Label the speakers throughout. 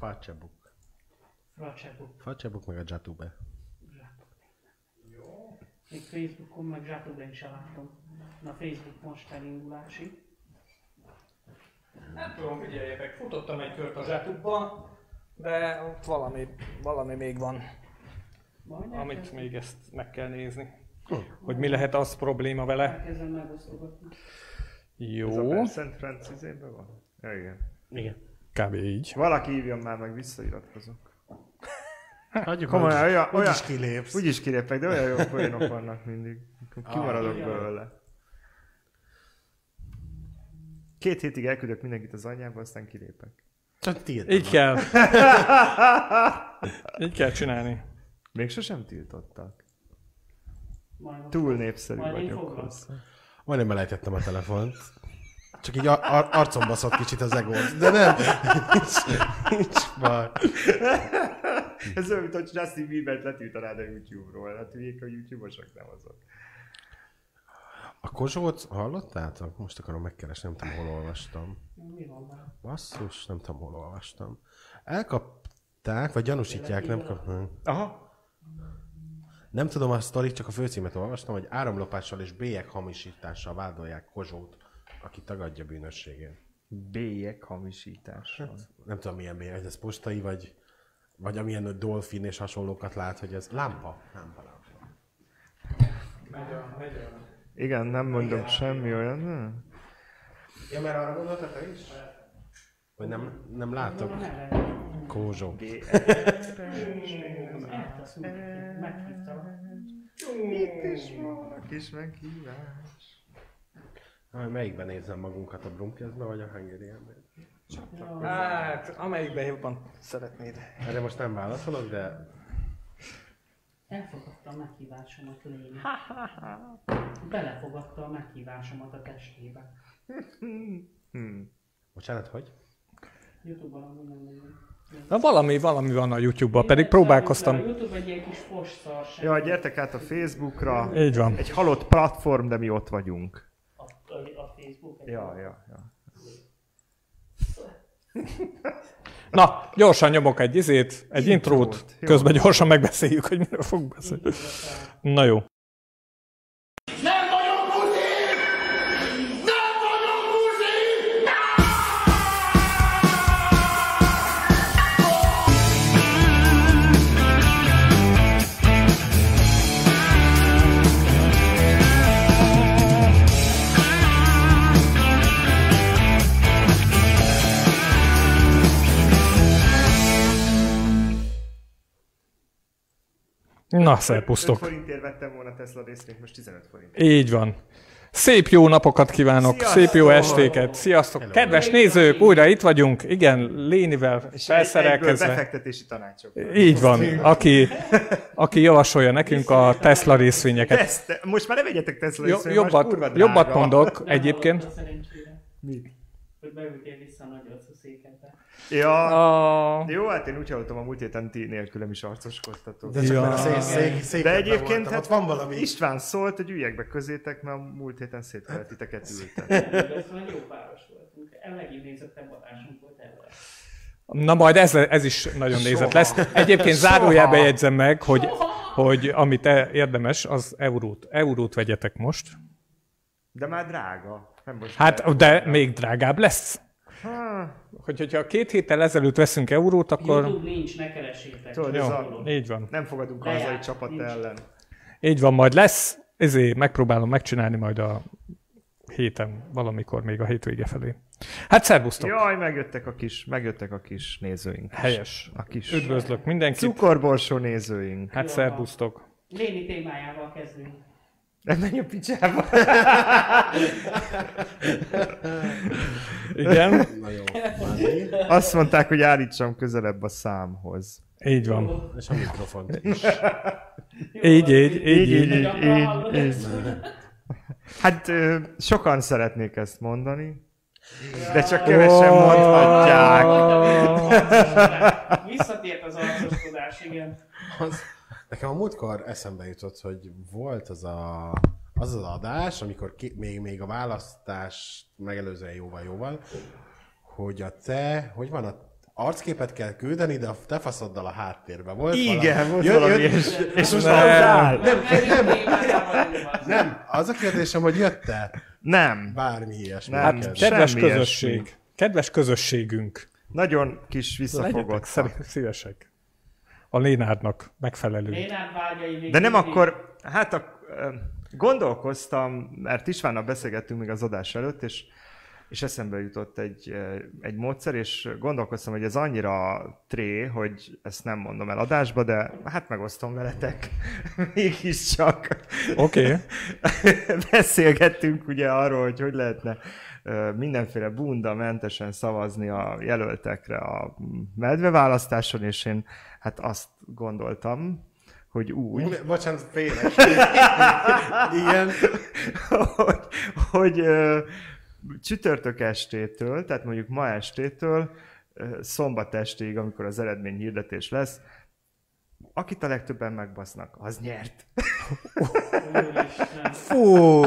Speaker 1: Facebookba.
Speaker 2: Fracsábok,
Speaker 1: Facebook meg a Jatube.
Speaker 2: zsátok. Még Facebookon, meg zsátóban is elálltam. Na Facebook most elindulási.
Speaker 3: Nem tudom, figyeljetek, futottam egy kört a zsátukban, de ott valami, valami még van,
Speaker 2: Majd
Speaker 3: amit
Speaker 2: elkezdem,
Speaker 3: még ezt meg kell nézni. Hogy mi lehet az probléma vele.
Speaker 2: elkezdem megosztogatni.
Speaker 4: Ez a
Speaker 3: Jó,
Speaker 4: Per Szent Francizében van? Ja, igen.
Speaker 1: Igen.
Speaker 3: kb. így.
Speaker 4: Valaki írjon már meg, visszairatkozok.
Speaker 1: Hagyjuk
Speaker 4: Hát, Komolyan,
Speaker 1: már,
Speaker 4: olyan, olyan,
Speaker 5: Úgyis kilépsz.
Speaker 4: úgyis kilépek, de olyan jó poénok vannak mindig. Kimaradok
Speaker 2: Ah, igen.
Speaker 4: belőle. Két hétig elküldök mindenkit az anyjába, aztán kilépek.
Speaker 5: Csak tiéd.
Speaker 3: Így kell. Így kell csinálni.
Speaker 4: Még sosem tiltottak.
Speaker 2: Majd
Speaker 4: Túl népszerű
Speaker 2: Majd én
Speaker 4: vagyok
Speaker 2: foglak.
Speaker 4: hozzá.
Speaker 5: Majdnem elejtettem a telefont. Csak így ar- ar- arcomba szott kicsit az egót. De nem. nincs, nincs baj.
Speaker 4: Ez olyan, mint hogy Justin Bieber-t letiltanád a YouTube-ról. Hát hülyék a YouTube-osok nem azok.
Speaker 5: A Kozsóc, hallottátok? Most akarom megkeresni, nem tudom, hol olvastam.
Speaker 2: Mi van már?
Speaker 5: Basszus, nem tudom, hol olvastam. Elkapták, vagy gyanúsítják, nem kapnak.
Speaker 4: Aha.
Speaker 5: Nem tudom a sztorit, csak a főcímet olvastam, hogy áramlopással és bélyek hamisítással vádolják Kozsót, aki tagadja bűnösségét.
Speaker 4: Bélyek hamisítása.
Speaker 5: Nem tudom milyen bélyek, ez postai, vagy, vagy amilyen dolfin és hasonlókat lát, hogy ez lámpa. Lámpa, lámpa.
Speaker 4: Igen, nem mondom semmi olyan. hm.
Speaker 5: Ja, mert arra gondoltad te is? Vagy nem, nem látok? Kozsó.
Speaker 2: Eltesz mindenki. Meghívtalak.
Speaker 4: A kis meghívás.
Speaker 5: Na, Melyikben nézem magunkat, a Brumkezben vagy a Hungarianben?
Speaker 3: Hát, amelyikben jobban szeretnéd.
Speaker 5: Erre most nem válaszolok, de
Speaker 2: Elfogadta a meghívásomat lény. Belefogadta a meghívásomat a testébe.
Speaker 5: bocsánat, hogy?
Speaker 2: Youtube-on amúgy nem nézem.
Speaker 3: Na valami, valami van a YouTube-ban, pedig
Speaker 2: Én nem
Speaker 3: próbálkoztam.
Speaker 2: számít, mert A Youtube egy ilyen kis fosszar sem.
Speaker 4: Jaj, gyertek át a Facebookra.
Speaker 3: Így van.
Speaker 4: Egy halott platform, de mi ott vagyunk.
Speaker 2: A, a, a Facebook egy
Speaker 4: Ja, ja, ja.
Speaker 3: Na, gyorsan nyomok egy izét, egy intrót,
Speaker 4: Intrót, jó.
Speaker 3: közben gyorsan megbeszéljük, hogy miről fogunk beszélni. Na jó.
Speaker 6: Nem vagyok buzi! Nem vagyok buzi!
Speaker 3: Na,
Speaker 4: 5
Speaker 3: szerpusztok.
Speaker 4: forintért vettem volna Tesla részt, még most 15 forint.
Speaker 3: Így van. Szép jó napokat kívánok,
Speaker 4: Sziasztok!
Speaker 3: szép jó estéket, sziasztok! Kedves nézők, újra itt vagyunk, igen, Lénivel
Speaker 4: Egyből
Speaker 3: felszerelkezve.
Speaker 4: befektetési tanácsok.
Speaker 3: Így van, aki, aki javasolja nekünk a Tesla részvényeket.
Speaker 4: Ezt, most már ne vegyetek Tesla
Speaker 3: Jo,
Speaker 4: részt, mert most kurva
Speaker 3: jobbat,
Speaker 4: drága.
Speaker 3: jobbat mondok
Speaker 2: Nem
Speaker 3: egyébként.
Speaker 2: hallott a Szerencsére,
Speaker 4: Mit?
Speaker 2: hogy beültél vissza a nagy arcú székedbe.
Speaker 4: Ja,
Speaker 3: A...
Speaker 4: jó, hát én úgy hallottam a múlt héten ti nélkülem is arcoskodtatok.
Speaker 5: De csak
Speaker 3: Ja.
Speaker 5: ja. a szék, szék, székben
Speaker 4: De egyébként
Speaker 5: voltam,
Speaker 4: hát
Speaker 5: ott van valami.
Speaker 4: István szólt, hogy üljek be közétek, mert a múlt héten szét kellett titeket ültetni.
Speaker 2: Ez már jó páros voltunk. A legidézettebb adásunk volt ebből.
Speaker 3: Na majd ez, ez is nagyon nézett lesz. Egyébként zárójelbe jegyzem meg, hogy, hogy amit e- érdemes, az eurót. Eurót vegyetek most.
Speaker 4: De már drága. Nem most már.
Speaker 3: Hát, de még drágább lesz.
Speaker 4: Há,
Speaker 3: Hogy, hogyha két héttel ezelőtt veszünk eurót, akkor...
Speaker 2: Youtube nincs, ne keresétek.
Speaker 4: Tudod, ez
Speaker 3: Jó,
Speaker 4: a
Speaker 3: így van.
Speaker 4: Nem fogadunk a
Speaker 2: Lejár,
Speaker 4: hazai csapat
Speaker 2: nincs.
Speaker 4: ellen.
Speaker 3: Így van, majd lesz. Ezért megpróbálom megcsinálni majd a héten, valamikor még a hétvége felé. Hát szervusztok!
Speaker 4: Jaj, megjöttek a kis, megjöttek a kis nézőink. is.
Speaker 3: Helyes.
Speaker 4: A kis
Speaker 3: Üdvözlök mindenkit!
Speaker 4: cukorborsó nézőink.
Speaker 3: Hát szervusztok!
Speaker 2: Léni témájával kezdünk.
Speaker 4: Nem menj a picsába.
Speaker 3: Igen?
Speaker 5: Na jó, Máni.
Speaker 4: Azt mondták, hogy állítsam közelebb a számhoz.
Speaker 3: Így van.
Speaker 5: És a mikrofont is.
Speaker 3: Így, így, így, így.
Speaker 4: így,
Speaker 2: Gyakran
Speaker 4: így,
Speaker 2: hallod
Speaker 4: így.
Speaker 2: ezt, hogy
Speaker 4: Hát ö, sokan szeretnék ezt mondani, de csak kevesen mondhatják.
Speaker 2: arcoskodás. Visszatért az arcoskodás, igen.
Speaker 5: Az, nekem a múltkor eszembe jutott, hogy volt az a, az, az adás, amikor ki, még, még a választás megelőzően jóval-jóval, hogy a te, hogy van a arcképet kell küldeni, de a te faszoddal a háttérbe. Volt
Speaker 4: Igen,
Speaker 5: valami.
Speaker 4: volt
Speaker 5: Jön-
Speaker 4: valami,
Speaker 5: jön-
Speaker 4: és, és most
Speaker 3: Nem.
Speaker 4: nem.
Speaker 2: Nem, nem, nem.
Speaker 5: Nem, az a kérdésem, hogy jött-e
Speaker 4: nem.
Speaker 5: bármi ilyesmi.
Speaker 4: Nem.
Speaker 5: neked?
Speaker 4: Se-
Speaker 3: Kedves
Speaker 4: Semmi
Speaker 3: közösség.
Speaker 4: ilyesmi.
Speaker 3: Kedves közösségünk.
Speaker 4: Nagyon kis
Speaker 3: Legyetek
Speaker 4: visszafogott.
Speaker 3: szerint szívesek. A Lénárdnak megfelelő.
Speaker 2: Lénárd vágyai még
Speaker 4: De nem
Speaker 2: mindig-
Speaker 4: akkor, hát a, ö, gondolkoztam, mert Istvánnal beszélgettünk még az adás előtt, és, és eszembe jutott egy, ö, egy módszer, és gondolkoztam, hogy ez annyira tré, hogy ezt nem mondom el adásba, de hát megosztom veletek mégiscsak.
Speaker 3: Oké. Okay.
Speaker 4: Beszélgettünk ugye arról, hogy hogy lehetne ö, mindenféle bunda mentesen szavazni a jelöltekre a medveválasztáson, és én hát azt gondoltam, hogy úgy,
Speaker 5: Úgy- Bocsánat, félek. Igen.
Speaker 4: hogy, hogy ö, csütörtök estétől, tehát mondjuk ma estétől ö, szombat estéig, amikor az eredmény hirdetés lesz, akit a legtöbben megbasznak, az nyert.
Speaker 2: Úristen.
Speaker 3: Fú.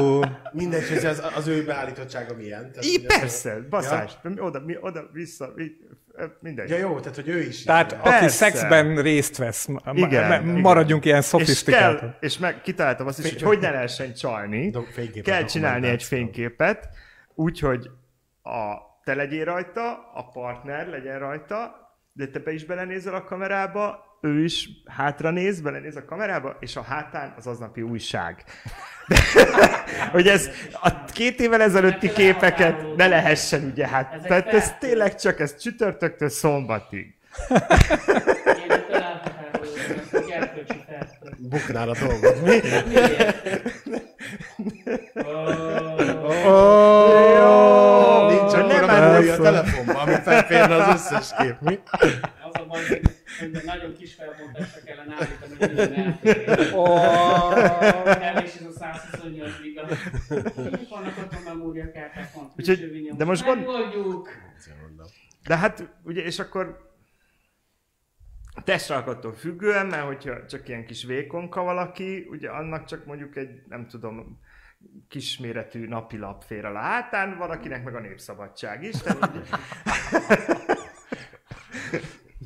Speaker 5: Mindegy, hogy az, az ő beállítottsága milyen. Tehát,
Speaker 4: Így
Speaker 5: ugye-
Speaker 4: persze, baszás, ja. oda, mi, oda, vissza, így, ö, mindegy.
Speaker 5: Ja jó, tehát hogy ő is.
Speaker 3: Tehát
Speaker 5: ilyen.
Speaker 3: aki
Speaker 4: Persze.
Speaker 3: szexben részt vesz,
Speaker 4: Igen,
Speaker 3: igen,
Speaker 4: igen.
Speaker 3: maradjunk ilyen
Speaker 4: és,
Speaker 3: szofisztikált.
Speaker 4: kell, és meg kitaláltam azt is, hogy hogy ne lehessen csalni.
Speaker 5: Do- fényképet
Speaker 4: Kell csinálni egy
Speaker 5: dokumentáció.
Speaker 4: fényképet, úgyhogy a, te legyél rajta, a partner legyen rajta, de te be is belenézel a kamerába, ő is hátra néz, belenéz a kamerába, és a hátán az aznapi újság. hogy ez a két évvel ezelőtti képeket ne lehessen, ugye, hát.
Speaker 2: Ezek
Speaker 4: Tehát ez
Speaker 2: fel-
Speaker 4: tényleg csak ez csütörtöktől szombatig.
Speaker 2: Én itt elfelejtettem, ezt a kerkölcsi feltől.
Speaker 5: Buknál a dolgot. Mi?
Speaker 4: Jó!
Speaker 5: Nincs akkor
Speaker 4: nem
Speaker 5: nem a
Speaker 4: áll-
Speaker 5: a telefonban, ami felférne az összes kép. Mi?
Speaker 2: Az a baj, hogy- hogy nagyon kis felbontásra kellene állítani, hogy minden elférjen.
Speaker 3: Oh.
Speaker 2: Kevés ez a 128 giga. Itt vannak ott a memóriakártyák,
Speaker 4: Úgyhogy- de most gond-
Speaker 2: Megoldjuk.
Speaker 4: De hát, ugye, és akkor testalkattól függően, mert hogyha csak ilyen kis vékonka valaki, ugye annak csak mondjuk egy, nem tudom, kisméretű napilap fér el a hátán, valakinek meg a népszabadság is. Tehát, ugye,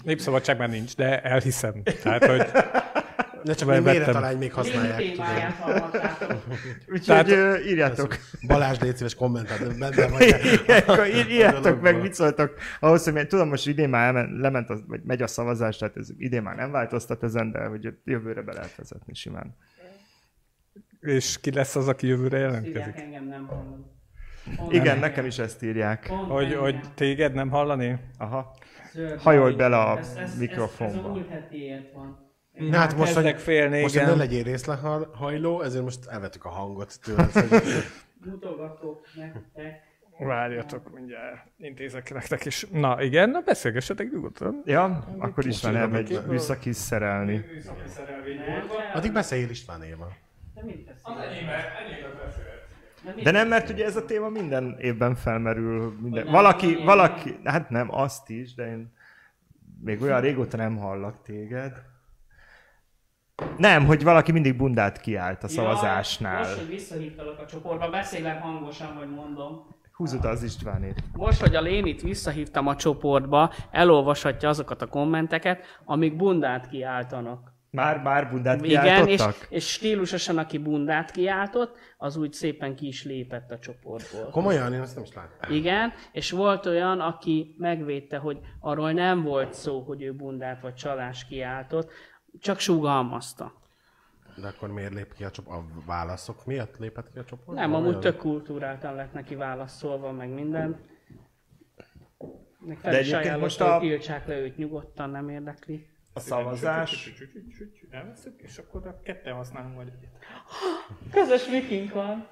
Speaker 3: Népszabadság már nincs, de elhiszem. Tehát, hogy
Speaker 5: Ne csak
Speaker 3: Vettem.
Speaker 5: még méret még
Speaker 2: Négy
Speaker 5: használják. tudod.
Speaker 2: témáját hallottátok.
Speaker 4: úgyhogy
Speaker 3: Tehát-
Speaker 4: Tehát, írjátok,
Speaker 5: Balázs, légy szíves kommentát, benne vagy.
Speaker 4: ilyenkor ír- írjátok meg,
Speaker 5: dologban.
Speaker 4: mit szóltok ahhoz, hogy mert tudom, most idén már elmen, lement, a, vagy megy a szavazás, tehát ez idén már nem változtat ezen, de hogy jövőre be lehet vezetni simán.
Speaker 3: és ki lesz az, aki jövőre
Speaker 2: Szívják,
Speaker 3: jelentkezik?
Speaker 2: engem nem hallom. Pont
Speaker 4: Igen,
Speaker 2: engem.
Speaker 4: nekem is ezt írják.
Speaker 2: Pont
Speaker 3: Hogy,
Speaker 2: engem.
Speaker 3: hogy téged nem hallani?
Speaker 4: Aha.
Speaker 2: Zöld
Speaker 4: Hajolj
Speaker 2: Marika.
Speaker 4: bele a
Speaker 2: Ez- ez- ez-
Speaker 4: mikrofonba.
Speaker 2: Ez a múlt hetiért van.
Speaker 5: Na hát most,
Speaker 3: kezdek
Speaker 5: hogy,
Speaker 3: félni,
Speaker 5: most hogy
Speaker 3: igen.
Speaker 5: ne legyél részlehajló, ezért most elvettük a hangot tőled. szóval- hogy-
Speaker 2: Mutogatok nektek.
Speaker 3: Várjatok, mindjárt intézek nektek is. Na igen, na beszélgessetek nyugodtan.
Speaker 4: Ja, akkor is már elmegy
Speaker 3: Kicsit.
Speaker 4: vissza kiszerelni.
Speaker 5: Addig beszéljél Istvánéval.
Speaker 2: De mit teszel? mit
Speaker 4: De
Speaker 2: teszel?
Speaker 4: nem, mert ugye ez a téma minden évben felmerül. Minden.
Speaker 2: nem
Speaker 4: Valaki,
Speaker 2: ilyen.
Speaker 4: valaki, hát nem, azt is, de én még olyan régóta nem hallak téged. Nem, hogy valaki mindig bundát kiált a szavazásnál.
Speaker 2: Jaj, most, hogy visszahívtalak a csoportba, beszélek hangosan, hogy mondom.
Speaker 4: Húzod az Istvánét.
Speaker 2: Most, hogy a Lénit visszahívtam a csoportba, elolvashatja azokat a kommenteket, amik bundát kiáltanak.
Speaker 4: Már, már bundát
Speaker 2: Igen, és,
Speaker 4: kiáltottak?
Speaker 2: és stílusosan, aki bundát kiáltott, az úgy szépen ki is lépett a csoportból.
Speaker 5: Komolyan, én azt nem is láttam.
Speaker 2: Igen, és volt olyan, aki megvédte, hogy arról nem volt szó, hogy ő bundát vagy csalás kiáltott, csak sugalmazta.
Speaker 5: De akkor miért lép ki a csoport? A válaszok miatt lépett ki a csoport?
Speaker 2: Nem, amúgy
Speaker 5: Olyan.
Speaker 2: tök kultúráltan lett neki válaszolva, meg minden. Meg fel is
Speaker 4: De egyébként
Speaker 2: ajánlott,
Speaker 4: most
Speaker 2: hogy
Speaker 4: a-
Speaker 2: tiltsák le őt, nyugodtan nem érdekli.
Speaker 4: A szavazás.
Speaker 3: Elveszük, és akkor a ketten használunk majd egyet.
Speaker 2: Közös vikink van.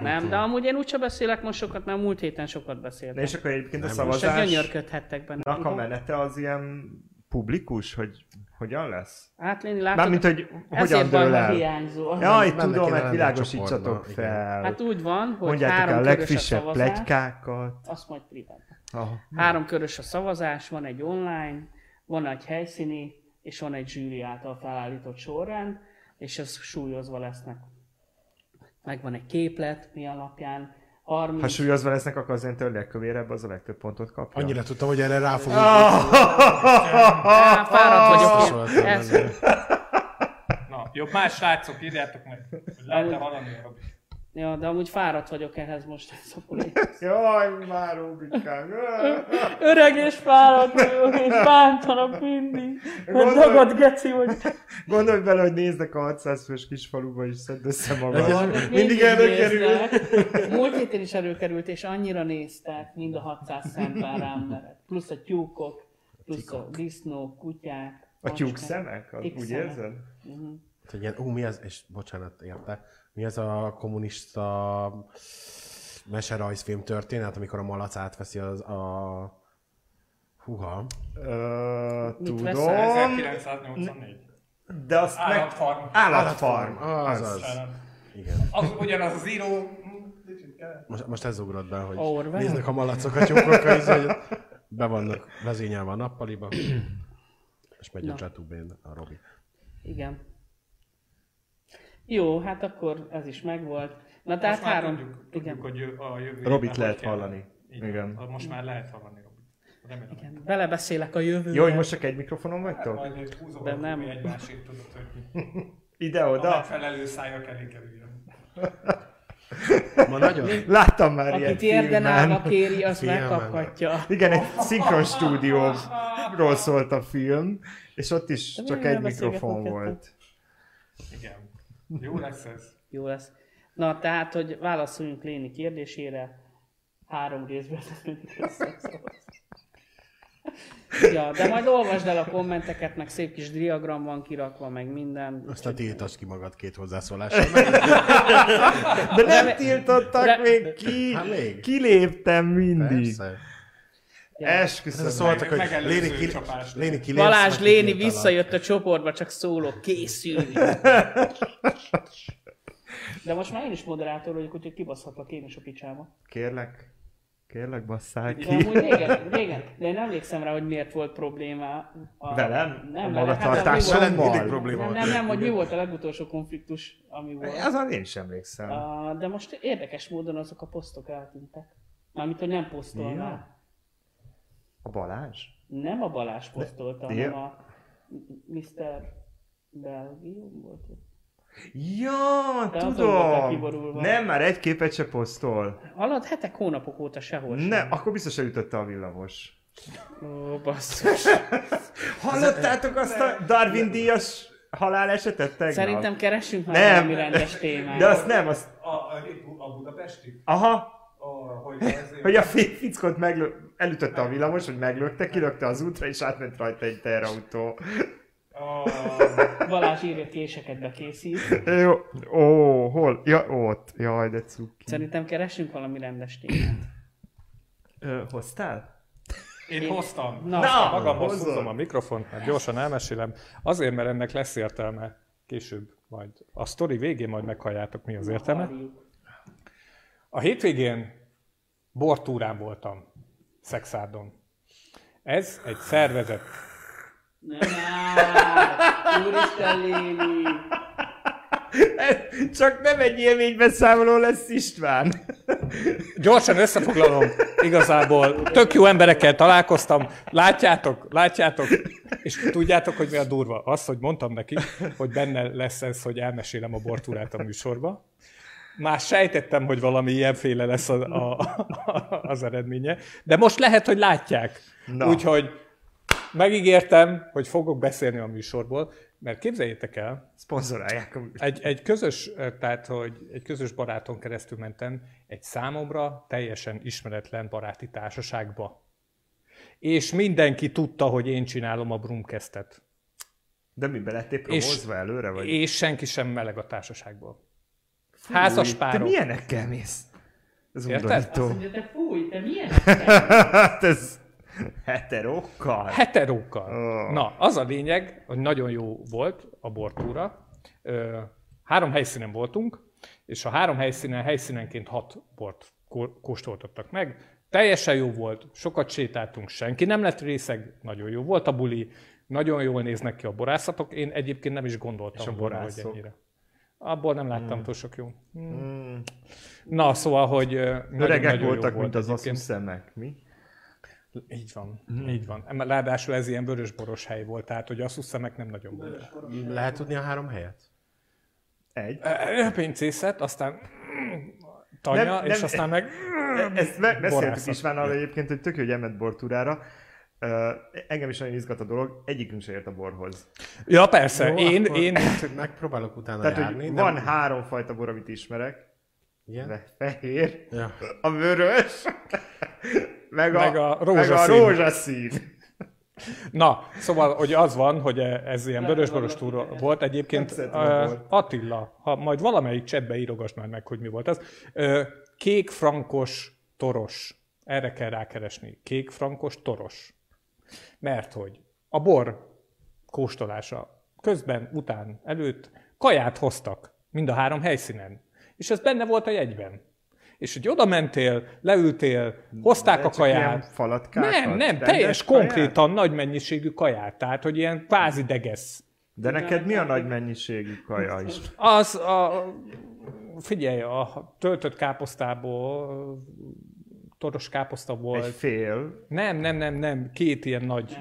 Speaker 2: Nem, de amúgy én úgyse beszélek most sokat, mert múlt héten sokat
Speaker 4: Na
Speaker 2: beszéltem.
Speaker 4: és akkor egyébként a
Speaker 2: Most csak
Speaker 4: szavazás.
Speaker 2: gyönyörködhettek benne.
Speaker 4: a menete az ilyen publikus, hogy hogyan lesz?
Speaker 2: Hát Léni, látod,
Speaker 4: Mármint, hogy hogyan
Speaker 2: ezért baj,
Speaker 4: dől
Speaker 2: ha
Speaker 4: el.
Speaker 2: hiányzol.
Speaker 4: Jaj,
Speaker 5: Benne
Speaker 4: tudom,
Speaker 5: kéne
Speaker 4: mert
Speaker 5: lenni a
Speaker 4: világosítsatok
Speaker 5: csoportban, igen.
Speaker 4: fel.
Speaker 2: Hát úgy van, hogy
Speaker 4: Mondjátok el
Speaker 2: három
Speaker 4: a
Speaker 2: körös a
Speaker 4: legfrissebb
Speaker 2: szavazás,
Speaker 4: plegykákat.
Speaker 2: azt majd privátban.
Speaker 4: Ah,
Speaker 2: Három körös a szavazás, van egy online, van egy helyszíni, és van egy zsűri által felállított sorrend, és ez súlyozva lesznek. Megvan egy képlet, mi alapján 30.
Speaker 4: Ha súlyozva lesznek, akkor az én törlek kövérebb, az a legtöbb pontot kapja.
Speaker 5: Annyira tudtam, hogy erre rá fogunk.
Speaker 2: Á, fáradt vagyok. én.
Speaker 5: Szóval
Speaker 2: Ez-
Speaker 3: Na, jobb más srácok, írjátok meg, hogy látta valami a Robi.
Speaker 2: Ja, de amúgy fáradt vagyok ehhez most ez a puli.
Speaker 4: Jaj, már Róbikám.
Speaker 2: Öreg és fáradt vagyok, és bántanak mindig. Mert
Speaker 4: Gondolj-
Speaker 2: dagad geci, hogy
Speaker 4: Gondolj bele, hogy néznek a 600 fős kisfaluba is szedd össze magad.
Speaker 2: Mindig,
Speaker 4: Mindig előkerül.
Speaker 2: néznek. Múlt héten is előkerült, és annyira néztek, mind a 600 szemben rám mered. Plusz a tyúkok, plusz a disznók, kutyák.
Speaker 4: A
Speaker 2: macskák.
Speaker 4: tyúk szemek? Az,
Speaker 2: Tyúk
Speaker 4: úgy
Speaker 2: szemek.
Speaker 4: érzed?
Speaker 2: Mhm.
Speaker 5: hogy ilyen, ú, mi az, és bocsánat, érte, mi az a kommunista meserajzfilm történet, amikor a malac átveszi az a... Húha.
Speaker 4: Ö,
Speaker 2: Mit veszel?
Speaker 4: tudom,
Speaker 3: 1984.
Speaker 4: de azt meg...
Speaker 3: Állatfarm.
Speaker 4: Állatfarm.
Speaker 5: Az, az. Igen.
Speaker 3: Az ugyanaz az író. Kicsit
Speaker 2: Hát
Speaker 3: kell.
Speaker 5: Most, most ez ugrott be, hogy
Speaker 2: Orwell?
Speaker 5: néznek a malacok a tyúkokkal, és hogy be vannak vezényelve a nappaliba, és megy
Speaker 2: Na.
Speaker 5: a csetúbén a Robi.
Speaker 2: Igen. Jó, hát akkor ez is megvolt. Na tehát
Speaker 3: Most már
Speaker 2: három.
Speaker 3: tudjuk,
Speaker 2: igen.
Speaker 3: tudjuk, hogy jö- a jövő
Speaker 4: Robit
Speaker 3: évben
Speaker 4: lehet
Speaker 3: hogy kell.
Speaker 4: hallani.
Speaker 3: Így
Speaker 4: Igen.
Speaker 3: van. Most már lehet hallani Robit. Remélem.
Speaker 2: igen. Belebeszélek a jövőbe.
Speaker 4: Jó, hogy most csak egy mikrofonon
Speaker 3: Hát
Speaker 4: vagytok?
Speaker 3: Majd húzom
Speaker 2: De nem.
Speaker 3: nem. egy másik tudod, hogy a
Speaker 4: Ide-oda?
Speaker 3: megfelelő szájak elé kerüljön.
Speaker 5: Ma nagyon?
Speaker 4: Láttam már ilyen
Speaker 2: Akit
Speaker 4: filmen.
Speaker 2: érdenába kéri, az
Speaker 5: Filmen.
Speaker 2: megkaphatja.
Speaker 4: Igen, egy szinkron stúdióról szólt a film, és ott is
Speaker 2: De
Speaker 4: csak
Speaker 2: miért
Speaker 4: egy
Speaker 2: nem
Speaker 4: mikrofon
Speaker 2: beszélgetünk
Speaker 4: volt.
Speaker 3: Igen. Jó lesz ez.
Speaker 2: Jó lesz. Na, tehát, hogy válaszoljunk Léni kérdésére. Három részben tettünk össze, szóval. Ja, de majd olvasd el a kommenteket, meg szép kis diagram van kirakva, meg minden.
Speaker 5: Aztán tiltasz ki magad két hozzászólással.
Speaker 4: De nem
Speaker 2: Reme-
Speaker 4: tiltottak
Speaker 2: re-
Speaker 4: még ki,
Speaker 5: Hát még.
Speaker 4: kiléptem mindig.
Speaker 5: Persze. Szóval
Speaker 2: Ja.
Speaker 5: Ezzel
Speaker 4: Esküszöm.
Speaker 5: szóltak, hogy
Speaker 3: Megelőző
Speaker 5: Léni, ki,
Speaker 3: csapás.
Speaker 5: Léni kilépsz,
Speaker 2: Balázs
Speaker 5: vagy
Speaker 2: Léni
Speaker 5: kitéptelek.
Speaker 2: visszajött a csoportba, csak szóló, készülj! De most már én is moderátor vagyok, úgyhogy kibaszhatlak én is a picsába.
Speaker 4: Kérlek, kérlek
Speaker 2: De
Speaker 4: basszál ki.
Speaker 2: amúgy régen, régen, de én emlékszem rá, hogy miért volt probléma. A...
Speaker 4: Velem? A
Speaker 2: Nem, velem. Hát, mi
Speaker 4: magatartásommal?
Speaker 2: volt,
Speaker 5: Velem Szóval mindig probléma
Speaker 2: nem,
Speaker 5: van.
Speaker 2: nem, nem, hogy mi volt a legutolsó konfliktus, ami volt.
Speaker 4: Azon én sem emlékszem.
Speaker 2: Uh, de most érdekes módon azok a posztok eltűntek. Mármint, hogy nem posztolnál.
Speaker 4: Ja. A Balázs?
Speaker 2: Nem a Balázs posztolta,
Speaker 4: Ja.
Speaker 2: hanem a Mr. Belgium volt.
Speaker 4: Ja,
Speaker 2: De azon voltál
Speaker 4: tudom!
Speaker 2: kiborulva.
Speaker 4: Nem, már egy képet se posztol.
Speaker 2: Alatt hetek, hónapok óta sehol sem.
Speaker 4: Ne, akkor biztos elütötte a villamos.
Speaker 2: Ó, basszus.
Speaker 4: Hallottátok azt a Darwin díjas halálesetet tegnap?
Speaker 2: Szerintem keressünk már
Speaker 4: Nem.
Speaker 2: valami rendes témát.
Speaker 4: De azt nem, azt...
Speaker 3: A, a, a budapesti?
Speaker 4: Aha,
Speaker 3: A, hogy ezért...
Speaker 4: hogy a fi- fickót meglö... elütötte a villamos, hogy meglökte, kilökte az útra, és átment rajta egy teherautó.
Speaker 3: a...
Speaker 2: Balázs írja, késeket bekészít.
Speaker 4: Jó, ó, hol? Ja, ott. Jaj, de cuki.
Speaker 2: Szerintem keressünk valami rendes témát.
Speaker 4: Ö, hoztál?
Speaker 3: Én hoztam.
Speaker 2: Na,
Speaker 4: Na!
Speaker 3: Magamhoz
Speaker 4: Hozzad.
Speaker 3: húzom a mikrofont, mert gyorsan elmesélem. Azért, mert ennek lesz értelme később, majd a sztori végén majd meghalljátok, mi az értelme.
Speaker 2: halljuk.
Speaker 3: A hétvégén bortúrán voltam, Szexárdon. Ez egy szervezet.
Speaker 2: Nem áll! Úristen Léni!
Speaker 4: Csak nem egy élménybeszámoló lesz István.
Speaker 3: Gyorsan összefoglalom, igazából tök jó emberekkel találkoztam, látjátok, látjátok, és tudjátok, hogy mi a durva? Az, hogy mondtam neki, hogy benne lesz ez, hogy elmesélem a bortúrát a műsorba. Már sejtettem, hogy valami ilyenféle lesz a, a, a, az eredménye, de most lehet, hogy látják.
Speaker 4: Na.
Speaker 3: Na. Úgyhogy megígértem, hogy fogok beszélni a műsorból, mert képzeljétek el,
Speaker 4: Szponzorálják a
Speaker 3: egy, egy közös, eh, tehát hogy egy közös baráton keresztül mentem egy számomra teljesen ismeretlen baráti társaságba. És mindenki tudta, hogy én csinálom a Brumkesztet.
Speaker 4: De mi lettél promózva előre, vagy?
Speaker 3: És senki sem meleg a társaságból.
Speaker 4: Új,
Speaker 3: Házas
Speaker 4: Te
Speaker 3: párok.
Speaker 4: milyenekkel mész? Ez
Speaker 3: Érted?
Speaker 4: undorító.
Speaker 2: Mondja, te fúj, te milyen?
Speaker 4: Hát ez heterokkal.
Speaker 3: Hát, Heterókkal.
Speaker 4: Ó.
Speaker 3: Na, az a lényeg, hogy nagyon jó volt a bortúra. Ö, három helyszínen voltunk, és a három helyszínen helyszínenként hat bort kó- kóstoltattak meg. Teljesen jó volt, sokat sétáltunk, senki nem lett részeg, nagyon jó volt a buli, nagyon jól néznek ki a borászatok. Én egyébként nem is gondoltam
Speaker 4: És a
Speaker 3: volna, hogy
Speaker 4: borászok?
Speaker 3: ennyire. Abból nem láttam túl sok jó. Hmm. Na, szóval, hogy ö, nagyon-
Speaker 4: Öregek
Speaker 3: nagyon jó
Speaker 4: voltak,
Speaker 3: volt
Speaker 4: mint az
Speaker 3: egyébként.
Speaker 4: asszú szemek, mi?
Speaker 3: Így van, így van. Em- Ráadásul ez ilyen vörösboros hely volt, tehát hogy azt szemek nem nagyon volt.
Speaker 5: Lehet tudni a három helyet?
Speaker 4: Egy.
Speaker 3: Ö, E, Pincészet, aztán tanya,
Speaker 4: Nem-
Speaker 3: és
Speaker 4: nem-
Speaker 3: aztán meg...
Speaker 4: E, Ezt me- beszéltük
Speaker 3: Borászat.
Speaker 4: Istvánnal egyébként, hogy tök jó, hogy elment bortúrára. Ö, engem is nagyon izgat a dolog, egyikünk se ért a borhoz.
Speaker 3: Ja, persze,
Speaker 5: Jó,
Speaker 3: én,
Speaker 5: akkor
Speaker 3: én,
Speaker 5: Megpróbálok utána
Speaker 4: Tehát,
Speaker 5: járni.
Speaker 4: hogy
Speaker 5: de-
Speaker 4: van három fajta bor, amit ismerek.
Speaker 5: Igen?
Speaker 4: Ve- Fehér,
Speaker 5: Ja.
Speaker 4: a vörös, meg a,
Speaker 3: Meg a
Speaker 4: meg a
Speaker 3: rózsaszín.
Speaker 4: rózsaszín.
Speaker 3: Na, szóval, hogy az van, hogy ez ilyen vörösboros túra volt egyébként.
Speaker 4: Nem szeretem a
Speaker 3: ö,
Speaker 4: bort.
Speaker 3: Attila, ha majd valamelyik csetbe írogasd már meg, hogy mi volt az. Ö, Kék frankos toros. Erre kell rákeresni. Kék frankos toros. Mert hogy a bor kóstolása közben, után, előtt kaját hoztak mind a három helyszínen. És ez benne volt a jegyben. És hogy oda mentél, leültél, hozták a
Speaker 4: Csak ilyen
Speaker 3: kaját,
Speaker 4: falatkákat,
Speaker 3: nem, nem,
Speaker 4: rendes
Speaker 3: teljes,
Speaker 4: kaját?
Speaker 3: konkrétan nagy mennyiségű kaját, tehát hogy ilyen kvázi degesz.
Speaker 4: De neked mi a nagy mennyiségű kaja is?
Speaker 3: Az a, figyelj, a töltött káposztából, toros káposzta
Speaker 4: Egy
Speaker 3: volt.
Speaker 4: fél.
Speaker 3: Nem, nem, nem, nem, két ilyen nagy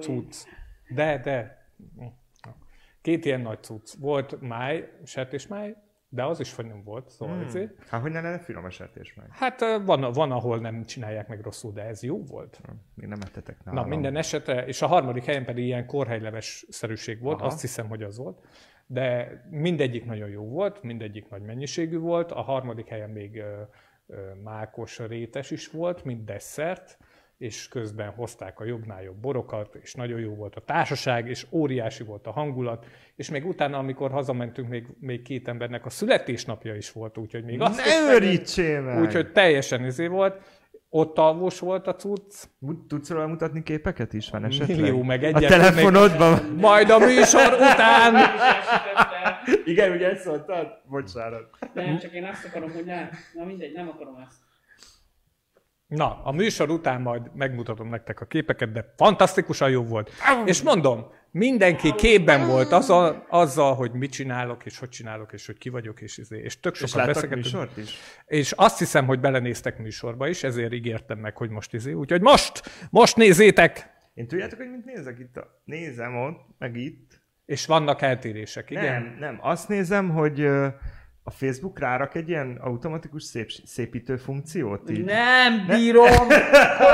Speaker 3: cucc. De, de. Két ilyen nagy cucc. Volt máj, sertésmáj, de az is finom volt, szóval hmm. ezért.
Speaker 4: Hát hogy ne lenne finom esetés meg?
Speaker 3: Hát ö, van, van, ahol nem csinálják meg rosszul, de ez jó volt.
Speaker 4: Még nem ettetek nálam.
Speaker 3: Na, minden esetre, és a harmadik helyen pedig ilyen korhelyleves szerűség volt, Aha. azt hiszem, hogy az volt. De mindegyik nagyon jó volt, mindegyik nagy mennyiségű volt, a harmadik helyen még ö, ö, mákos rétes is volt, mint desszert, és közben hozták a jobbnál jobb borokat, és nagyon jó volt a társaság, és óriási volt a hangulat, és még utána, amikor hazamentünk, még, még két embernek a születésnapja is volt, úgyhogy még azt is
Speaker 4: Ne
Speaker 3: meg-
Speaker 4: őrítsél meg!
Speaker 3: Úgyhogy teljesen izé volt, ott alvós volt a cucc,
Speaker 4: Mut- Tudsz róla mutatni képeket is van esetleg?
Speaker 3: Millió meg
Speaker 4: A
Speaker 3: egyet.
Speaker 4: telefonodban van.
Speaker 3: Majd a műsor után.
Speaker 4: Igen, ugye ezt mondtad? Bocsánat.
Speaker 2: Nem, csak én azt akarom, hogy nem. Na mindegy, nem akarom ezt.
Speaker 3: Na, a műsor után majd megmutatom nektek a képeket, de fantasztikusan jó volt. És mondom, mindenki képben volt azzal, azzal hogy mit csinálok, és hogy csinálok, és hogy ki vagyok, és, izé, és tök
Speaker 4: És
Speaker 3: sokat
Speaker 4: láttak
Speaker 3: beszélgetünk.
Speaker 4: műsort is?
Speaker 3: És azt hiszem, hogy belenéztek műsorba is, ezért ígértem meg, hogy most izé. Úgyhogy most, most nézzétek!
Speaker 4: Én tudjátok, hogy mit nézek itt? A... Nézem ott, meg itt.
Speaker 3: És vannak eltérések, igen?
Speaker 4: Igen. Nem, nem. Azt nézem, hogy ö, a Facebook rárak egy ilyen automatikus szép, szépítő funkciót így.
Speaker 2: Nem bírom,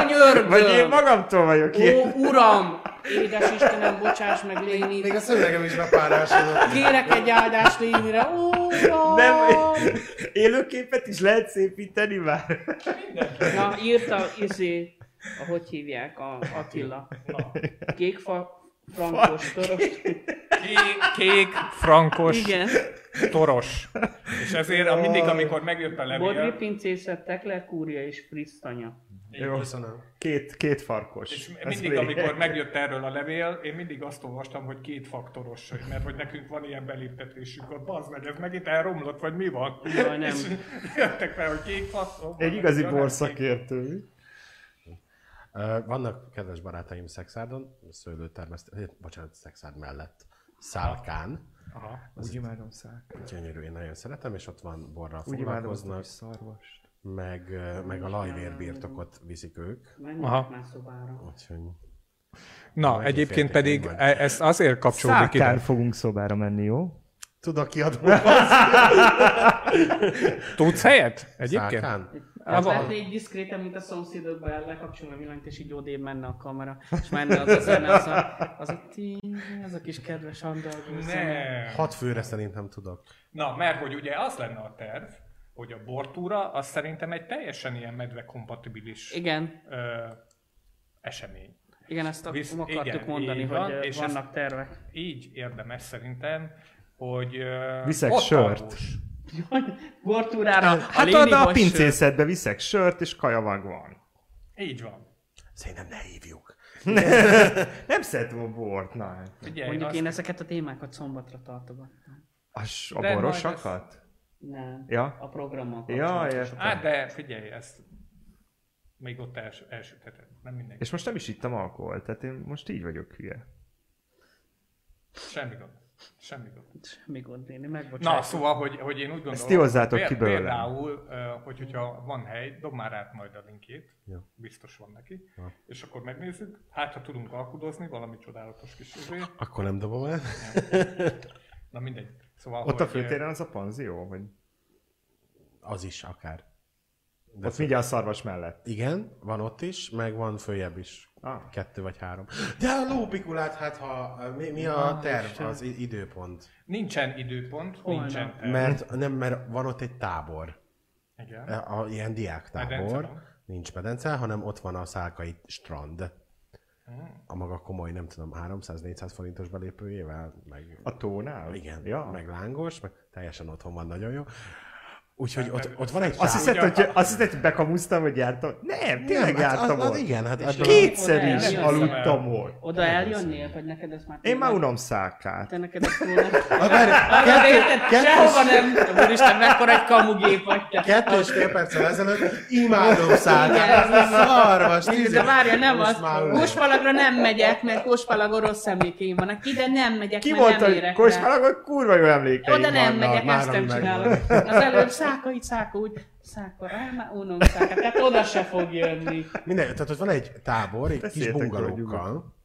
Speaker 2: könyörgöm!
Speaker 4: Vagy én magamtól vagyok ilyen.
Speaker 2: Ó, uram! Édes Istenem, bocsáss meg Léni!
Speaker 5: Még a szövegem is bepárásodott.
Speaker 2: Kérek egy áldást Lénire! Ó, uram!
Speaker 4: Nem, élőképet is lehet szépíteni már.
Speaker 2: Na, írta izé, ahogy hívják, a Attila. Kékfa, frankos, törös.
Speaker 3: Kék, kék, frankos,
Speaker 2: Igen.
Speaker 3: toros. És ezért a- mindig, amikor megjött a
Speaker 2: Bodri
Speaker 3: levél,
Speaker 2: pincészet, Tekler kúria és Fritz tanya.
Speaker 4: Jó.
Speaker 5: Köszönöm.
Speaker 4: Két, két farkos.
Speaker 3: És
Speaker 4: Ez
Speaker 3: mindig,
Speaker 4: még.
Speaker 3: amikor megjött erről a levél, én mindig azt olvastam, hogy két faktoros, mert hogy nekünk van ilyen beléptetésünk, ott bazd meg, ez megint elromlott, vagy mi van?
Speaker 2: Jaj, nem.
Speaker 3: És jöttek fel, hogy kék faktor.
Speaker 4: Egy igazi borszakértő.
Speaker 5: Ö, Vannak kedves barátaim Szexárdon, szőlőtermesztő, eh, bocsánat, Szexárd mellett, Szálkán.
Speaker 4: Úgy imádom szák.
Speaker 5: Gyönyörű, én nagyon szeretem, és ott van borral
Speaker 4: Úgy imádom azt a
Speaker 5: foglalkoznak,
Speaker 4: kis szarvast.
Speaker 5: meg, ö, meg a lajvér birtokot viszik ők.
Speaker 2: Menjünk már szobára.
Speaker 5: Úgyhogy
Speaker 3: Na, egyébként pedig e- ezt azért kapcsolódik
Speaker 4: Szákán
Speaker 3: ide.
Speaker 4: fogunk szobára menni, jó?
Speaker 5: tudok kiadni.
Speaker 3: Tudsz helyet? Egyébként?
Speaker 5: Szálkán?
Speaker 3: Á, van.
Speaker 2: Hát Lehet így diszkréten, mint a szomszédokban lekapcsolom a villanyt, és így odébb menne a kamera, és menne az a zene, az a, az a, tín, az a kis kedves andalgó zene.
Speaker 3: Nem.
Speaker 5: Hat főre szerintem tudok.
Speaker 3: Na, mert hogy ugye az lenne a terv, hogy a bortúra az szerintem egy teljesen ilyen medve-kompatibilis
Speaker 2: Igen,
Speaker 3: ö, esemény.
Speaker 2: igen, ezt ak-
Speaker 3: Visz-
Speaker 2: akartuk
Speaker 3: igen,
Speaker 2: mondani,
Speaker 3: így
Speaker 2: hogy
Speaker 3: van,
Speaker 2: van,
Speaker 3: és
Speaker 2: vannak tervek.
Speaker 3: Így érdemes szerintem, hogy... ö,
Speaker 4: Viszek
Speaker 3: ott
Speaker 4: sört.
Speaker 3: alvós.
Speaker 2: Bortúrára
Speaker 4: Hát
Speaker 2: a,
Speaker 4: a, a
Speaker 2: Léni Bosső.
Speaker 4: pincészetbe viszek sört, és kajavag van.
Speaker 3: Így van.
Speaker 5: Szerintem ne hívjuk.
Speaker 4: Nem szeretem a bort, na.
Speaker 3: Figyelj,
Speaker 2: Mondjuk
Speaker 3: azt-
Speaker 2: én ezeket a témákat szombatra tartogattam.
Speaker 4: A, s- a
Speaker 3: De majd
Speaker 4: borosakat?
Speaker 2: Nem.
Speaker 4: Ja.
Speaker 2: A programmal
Speaker 4: Ja,
Speaker 2: kapcsolatos.
Speaker 4: értem.
Speaker 3: Á, de figyelj, ezt még ott els, elsüteted. Nem mindenki.
Speaker 4: És most nem is ittam alkoholt, tehát én most így vagyok hülye.
Speaker 3: Semmi gond. Semmi gond.
Speaker 2: Semmi gond, néni,
Speaker 3: Na,
Speaker 2: megbocsájtok.
Speaker 3: szóval, hogy, hogy én úgy gondolom...
Speaker 4: ti hozzátok
Speaker 3: péld-
Speaker 4: ki belőlem.
Speaker 3: Például, ö, hogy, hogyha van hely, dob már át majd a linkjét, ja. biztos van neki, ja. és akkor megnézzük, hát ha tudunk alkudozni, valami csodálatos kis izé.
Speaker 5: Akkor nem dobom el.
Speaker 3: Na mindegy. Szóval,
Speaker 4: Ott a
Speaker 3: hogy, ö,
Speaker 4: főtéren az a panzió, vagy?
Speaker 5: Az is akár.
Speaker 4: Ott mindjárt a szarvas mellett.
Speaker 5: Igen, van ott is, meg van följebb is.
Speaker 4: Ah.
Speaker 5: Kettő vagy három. De a lópikulát, hát ha... Mi, mi
Speaker 4: Ah,
Speaker 5: a terv, az i- időpont?
Speaker 3: Nincsen időpont,
Speaker 2: Holnap.
Speaker 3: nincsen terv.
Speaker 5: Mert, nem, mert van ott egy tábor. e,
Speaker 3: Igen.
Speaker 5: A, a, ilyen
Speaker 3: Medence
Speaker 5: diáktábor.
Speaker 3: van.
Speaker 5: Nincs medence, hanem ott van a szálkai strand.
Speaker 4: Ah.
Speaker 5: A maga komoly, nem tudom, 300-400 forintos belépőjével, meg
Speaker 4: A tónál?
Speaker 5: Igen,
Speaker 4: Ja.
Speaker 5: ja. meg lángos, meg teljesen otthon van, nagyon jó. Úgyhogy ott, ott van egy
Speaker 4: Azt
Speaker 5: sár-
Speaker 4: hiszed,
Speaker 3: Ugye-
Speaker 4: hogy, azt hiszed, hogy bekamuztam, hogy jártam? Nem,
Speaker 5: hát
Speaker 4: tényleg
Speaker 5: az-
Speaker 4: jártam
Speaker 5: az
Speaker 4: ott.
Speaker 5: Igen, hát ebből-
Speaker 4: Kétszer
Speaker 2: Nem
Speaker 4: is
Speaker 2: hiszem
Speaker 4: aludtam ott.
Speaker 2: Oda eljönnél, vagy neked ez már...
Speaker 4: Én már unom szákát.
Speaker 2: Te neked ezt túl...
Speaker 5: Ah, várj,
Speaker 2: Arra érted,
Speaker 5: kettős-
Speaker 2: sehova nem... Úristen, mekkora egy kamugép atya.
Speaker 5: Kettő és fél perccel ezelőtt imádom szálltál, ez a szarvas, tíz
Speaker 2: De várja, nem
Speaker 5: Most
Speaker 2: az.
Speaker 5: már ülök.
Speaker 2: Kóspalagra nem megyek, mert kóspalagon rossz emlékeim vannak. Ide nem megyek,
Speaker 4: Ki
Speaker 2: mert
Speaker 4: volt
Speaker 2: nem
Speaker 4: a
Speaker 2: érek rá.
Speaker 4: kocsmának, kurva jó emlékeim
Speaker 2: Oda nem
Speaker 4: vannak.
Speaker 2: megyek,
Speaker 5: már
Speaker 2: ezt nem
Speaker 5: meg-
Speaker 2: csinálok. Az előbb száka, így száka, úgy száka, rá, már unom száka. Tehát oda se fog jönni.
Speaker 5: Mindegy, tehát ott van egy tábor, egy kis
Speaker 4: Beszéltek róla,
Speaker 5: bungalókkal,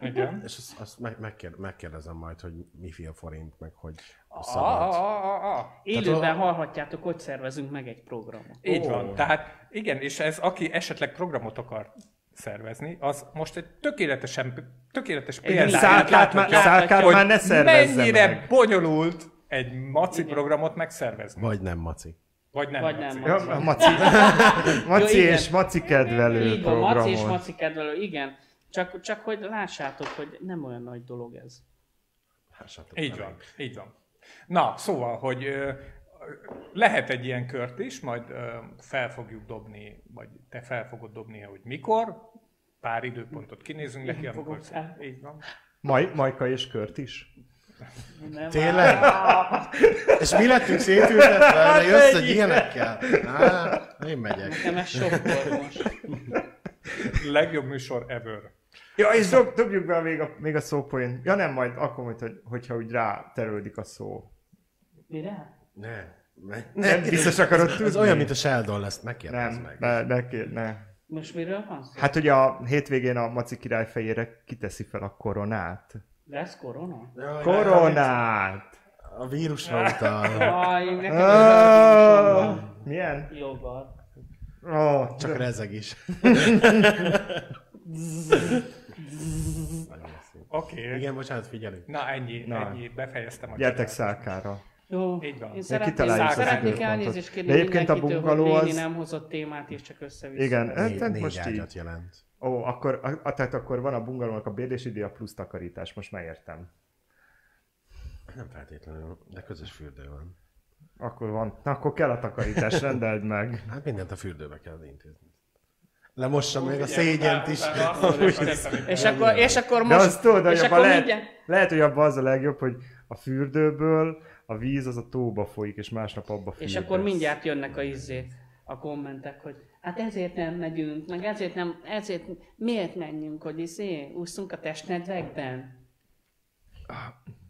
Speaker 3: Igen.
Speaker 5: és azt, azt meg, megkér, megkérdezem majd, hogy mi fél forint, meg hogy
Speaker 3: Ah,
Speaker 5: szabad.
Speaker 3: ah, ah, ah.
Speaker 2: Élőben hallhatjátok, hogy szervezünk meg egy programot.
Speaker 3: Így van. Tehát igen, és ez aki esetleg programot akar szervezni, az most egy tökéletesen, tökéletes példát
Speaker 4: Szálkát, már,
Speaker 3: láthatja,
Speaker 4: szálkát
Speaker 3: hogy
Speaker 4: már ne szervezze
Speaker 3: mennyire
Speaker 4: meg.
Speaker 3: bonyolult egy maci programot megszervezni.
Speaker 5: Vagy nem, Maci.
Speaker 3: Vagy nem.
Speaker 2: Vagy
Speaker 3: Laci.
Speaker 2: nem.
Speaker 4: Ja, a Maci, Maci
Speaker 2: Jó, igen.
Speaker 4: és Maci kedvelő
Speaker 2: Így van, Maci és
Speaker 4: programon.
Speaker 2: Maci kedvelő, igen. Csak, csak hogy lássátok, hogy nem olyan nagy dolog ez.
Speaker 5: Lássátok
Speaker 3: Így
Speaker 5: meg.
Speaker 3: van, így van. Na, szóval, hogy ö, lehet egy ilyen kört is, majd ö, fel fogjuk dobni, vagy te fel fogod dobni, hogy mikor, pár időpontot kinézünk neki,
Speaker 2: Én fogom
Speaker 3: amikor...
Speaker 2: fel.
Speaker 3: Így van.
Speaker 4: Maj, Majka és Kört is.
Speaker 2: Nem
Speaker 5: Tényleg? És mi lettünk
Speaker 4: Hát,
Speaker 5: szétültetve, de Hát, jössz egy ilyenekkel. Á, én megyek.
Speaker 2: Nekem ez sok volt most.
Speaker 3: Legjobb műsor ever.
Speaker 4: Ja, és dob, dobjuk be még a, még a szópoén. Ja nem, majd akkor majd, hogy, hogyha úgy rá terődik a szó.
Speaker 2: Mire?
Speaker 5: Ne. ne.
Speaker 4: Nem biztos akarod tudni?
Speaker 5: Ez olyan, mint a Sheldon lesz, ne kérdezz
Speaker 4: Nem,
Speaker 5: meg.
Speaker 4: ne, ne, kér- ne.
Speaker 2: Most miről van szó?
Speaker 4: Hát ugye a hétvégén a Maci király fejére kiteszi fel a koronát.
Speaker 2: Lesz korona?
Speaker 5: Jaj,
Speaker 4: Koronát!
Speaker 5: A vírusra utal.
Speaker 2: Aj, nekem
Speaker 4: Ah,
Speaker 2: ez
Speaker 4: Milyen?
Speaker 2: Jobban.
Speaker 4: Ó,
Speaker 5: Csak rezeg is. Nagyon lesz.
Speaker 3: Oké. Okay.
Speaker 5: Igen, bocsánat, figyelünk.
Speaker 3: Na ennyi,
Speaker 4: Na.
Speaker 3: Na. ennyi, befejeztem a
Speaker 4: gyertek
Speaker 3: csodálatot.
Speaker 4: szálkára.
Speaker 2: Jó,
Speaker 3: Így van.
Speaker 2: én
Speaker 4: kitaláljuk
Speaker 2: szeretnék,
Speaker 3: az
Speaker 2: szeretnék
Speaker 4: időpontot.
Speaker 2: elnézést kérni
Speaker 4: De egyébként a
Speaker 2: mindenkitől, hogy
Speaker 4: bungaló
Speaker 2: Léni
Speaker 4: az-
Speaker 2: nem hozott témát, és csak össze-vissza.
Speaker 4: Igen,
Speaker 5: Négy,
Speaker 4: hát
Speaker 5: négy
Speaker 4: most
Speaker 5: ágyat
Speaker 4: így.
Speaker 5: jelent.
Speaker 4: Ó, akkor, a, a- tehát akkor van a bungalónak a bérlési díja plusz takarítás, most már értem.
Speaker 5: Nem feltétlenül, de közös fürdő van.
Speaker 4: Akkor van. Na, akkor kell a takarítás, rendeld meg.
Speaker 5: Hát mindent a fürdőbe kell intézni. Lemossa még a
Speaker 3: Igen,
Speaker 5: szégyent
Speaker 3: utána-
Speaker 5: is.
Speaker 3: utána azt mondod, hogy tettem.
Speaker 2: És akkor, és akkor
Speaker 4: De
Speaker 2: most...
Speaker 4: azt tudod, hogy
Speaker 2: és
Speaker 4: abban
Speaker 2: akkor
Speaker 4: lehet,
Speaker 2: mindjárt...
Speaker 4: lehet, hogy abban az a legjobb, hogy a fürdőből a víz az a tóba folyik, és másnap abba fürdősz.
Speaker 2: És akkor mindjárt jönnek a izzé, a kommentek, hogy hát ezért nem megyünk, meg ezért nem, ezért miért menjünk, hogy izé, úszunk a testnedvekben?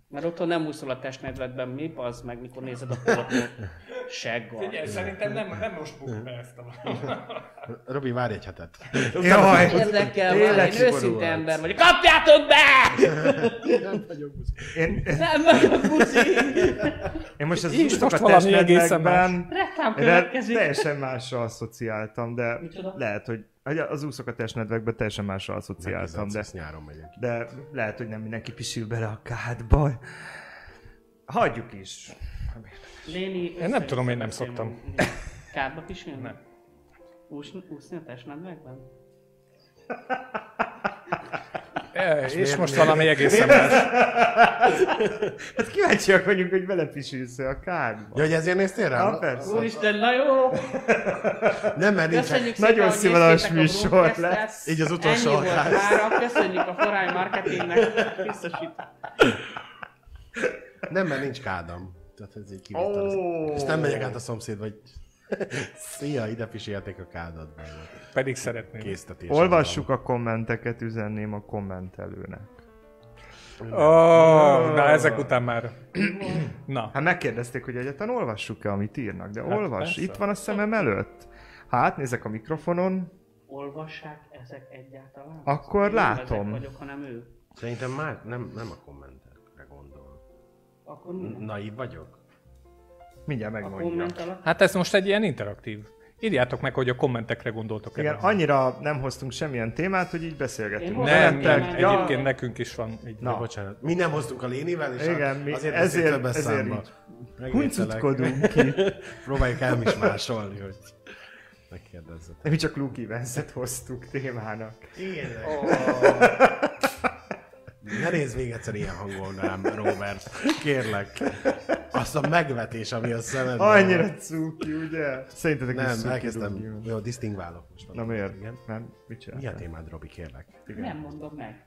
Speaker 2: Mert otthon nem úszol a testnedvedben, mi az meg, mikor nézed a polatot? Seggal.
Speaker 3: Figyelj, szerintem nem, nem most bukjuk be ezt a
Speaker 5: Robi, várj egy hetet.
Speaker 4: Jaj!
Speaker 2: Érdekel,
Speaker 4: Tényleg
Speaker 2: van, én
Speaker 4: szigorú
Speaker 2: őszinte
Speaker 5: vagy.
Speaker 2: ember vagyok. Kapjátok be!
Speaker 4: Én,
Speaker 2: Nem vagyok buzi!
Speaker 4: én most az
Speaker 3: Én is
Speaker 4: úszok
Speaker 3: most
Speaker 4: a
Speaker 3: valami egészen
Speaker 4: testnedvekben,
Speaker 2: Reklám
Speaker 4: Re-
Speaker 2: következik.
Speaker 4: teljesen másra asszociáltam, de
Speaker 2: Micsoda?
Speaker 4: lehet, hogy hogy az úszok a testnedvekbe teljesen másra asszociáltam, de,
Speaker 5: Ezt nyáron megyünk.
Speaker 4: de lehet, hogy nem mindenki pisil bele a kádba. Hagyjuk is.
Speaker 2: Léni,
Speaker 3: nem
Speaker 2: össze-
Speaker 3: tudom, én nem
Speaker 2: össze-
Speaker 3: szoktam.
Speaker 2: Kádba pisilni?
Speaker 3: Nem.
Speaker 2: Úszni, úszni a testnedvekben?
Speaker 3: E, És, és most valami egészen más.
Speaker 4: Hát kíváncsiak vagyunk, hogy vele pisilsz a kádba.
Speaker 5: Ja, hogy ezért néztél rá?
Speaker 4: Na, persze.
Speaker 2: Úristen, na jó!
Speaker 5: Nem, mert nincs.
Speaker 2: Köszönjük szépen,
Speaker 4: Nagyon
Speaker 2: hogy
Speaker 4: színvonalas
Speaker 2: néztétek a
Speaker 4: műsor
Speaker 2: Broadcast-et.
Speaker 4: lesz.
Speaker 5: Így az utolsó
Speaker 2: Ennyi volt
Speaker 5: adás.
Speaker 2: mára. Köszönjük a Foráj Marketingnek biztosítani.
Speaker 5: Nem, mert nincs kádam. Tehát ez így kivitelezett.
Speaker 4: Ó.
Speaker 5: És nem megyek át a szomszéd, vagy... Szia, ide pisilték a kádat.
Speaker 3: Pedig szeretném.
Speaker 5: Késztetés.
Speaker 4: Olvassuk a kommenteket, üzenném a kommentelőnek.
Speaker 3: Oh, na, ezek után már. Na,
Speaker 4: Hát megkérdezték, hogy egyáltalán olvassuk-e, amit írnak, de
Speaker 3: Hát
Speaker 4: olvas,
Speaker 3: persze.
Speaker 4: itt van a szemem előtt. Ha átnézek a mikrofonon,
Speaker 2: Olvassák ezek egyáltalán?
Speaker 4: Akkor
Speaker 2: Én nem
Speaker 4: látom.
Speaker 2: Ezek vagyok, hanem ő.
Speaker 5: Szerintem már nem, nem a kommentekre gondol.
Speaker 2: Akkor mi?
Speaker 5: Naiv vagyok?
Speaker 4: mindjárt
Speaker 2: A
Speaker 4: megmondja.
Speaker 2: komment alatt?
Speaker 3: hát ez most egy ilyen interaktív. Írjátok meg, hogy a kommentekre gondoltok
Speaker 4: Igen,
Speaker 3: erre.
Speaker 4: annyira nem hoztunk semmilyen témát, hogy így beszélgetünk.
Speaker 2: Én
Speaker 3: Nem, nem,
Speaker 2: Kommentek.
Speaker 4: Ja,
Speaker 3: egyébként nekünk is van egy
Speaker 5: Na. Bocsánat. Mi nem hoztunk a lénivel, és hát
Speaker 4: Igen, mi
Speaker 5: azért
Speaker 4: ezért-
Speaker 5: ezért, ezért,
Speaker 4: ezért
Speaker 5: számba.
Speaker 4: így
Speaker 5: Megvételek.
Speaker 4: Huncutkodunk ki.
Speaker 5: Próbáljuk elmismásolni, hogy megkérdezzet.
Speaker 4: De mi csak Luke Evans-et hoztuk témának.
Speaker 5: Igen. Ne nézd még egyszer ilyen hangon rám, Robert. Kérlek. Azt a megvetés, ami a szemedben van.
Speaker 4: Annyira cuki, ugye? Szerintetek is
Speaker 5: Nem,
Speaker 4: cuki
Speaker 5: elkezdtem.
Speaker 4: Luke
Speaker 5: Jó, disztingválok most.
Speaker 4: Na miért?
Speaker 5: Igen.
Speaker 4: Nem? Mit csinál?
Speaker 5: Mi a témád, Robi, kérlek?
Speaker 2: Nem mondom meg.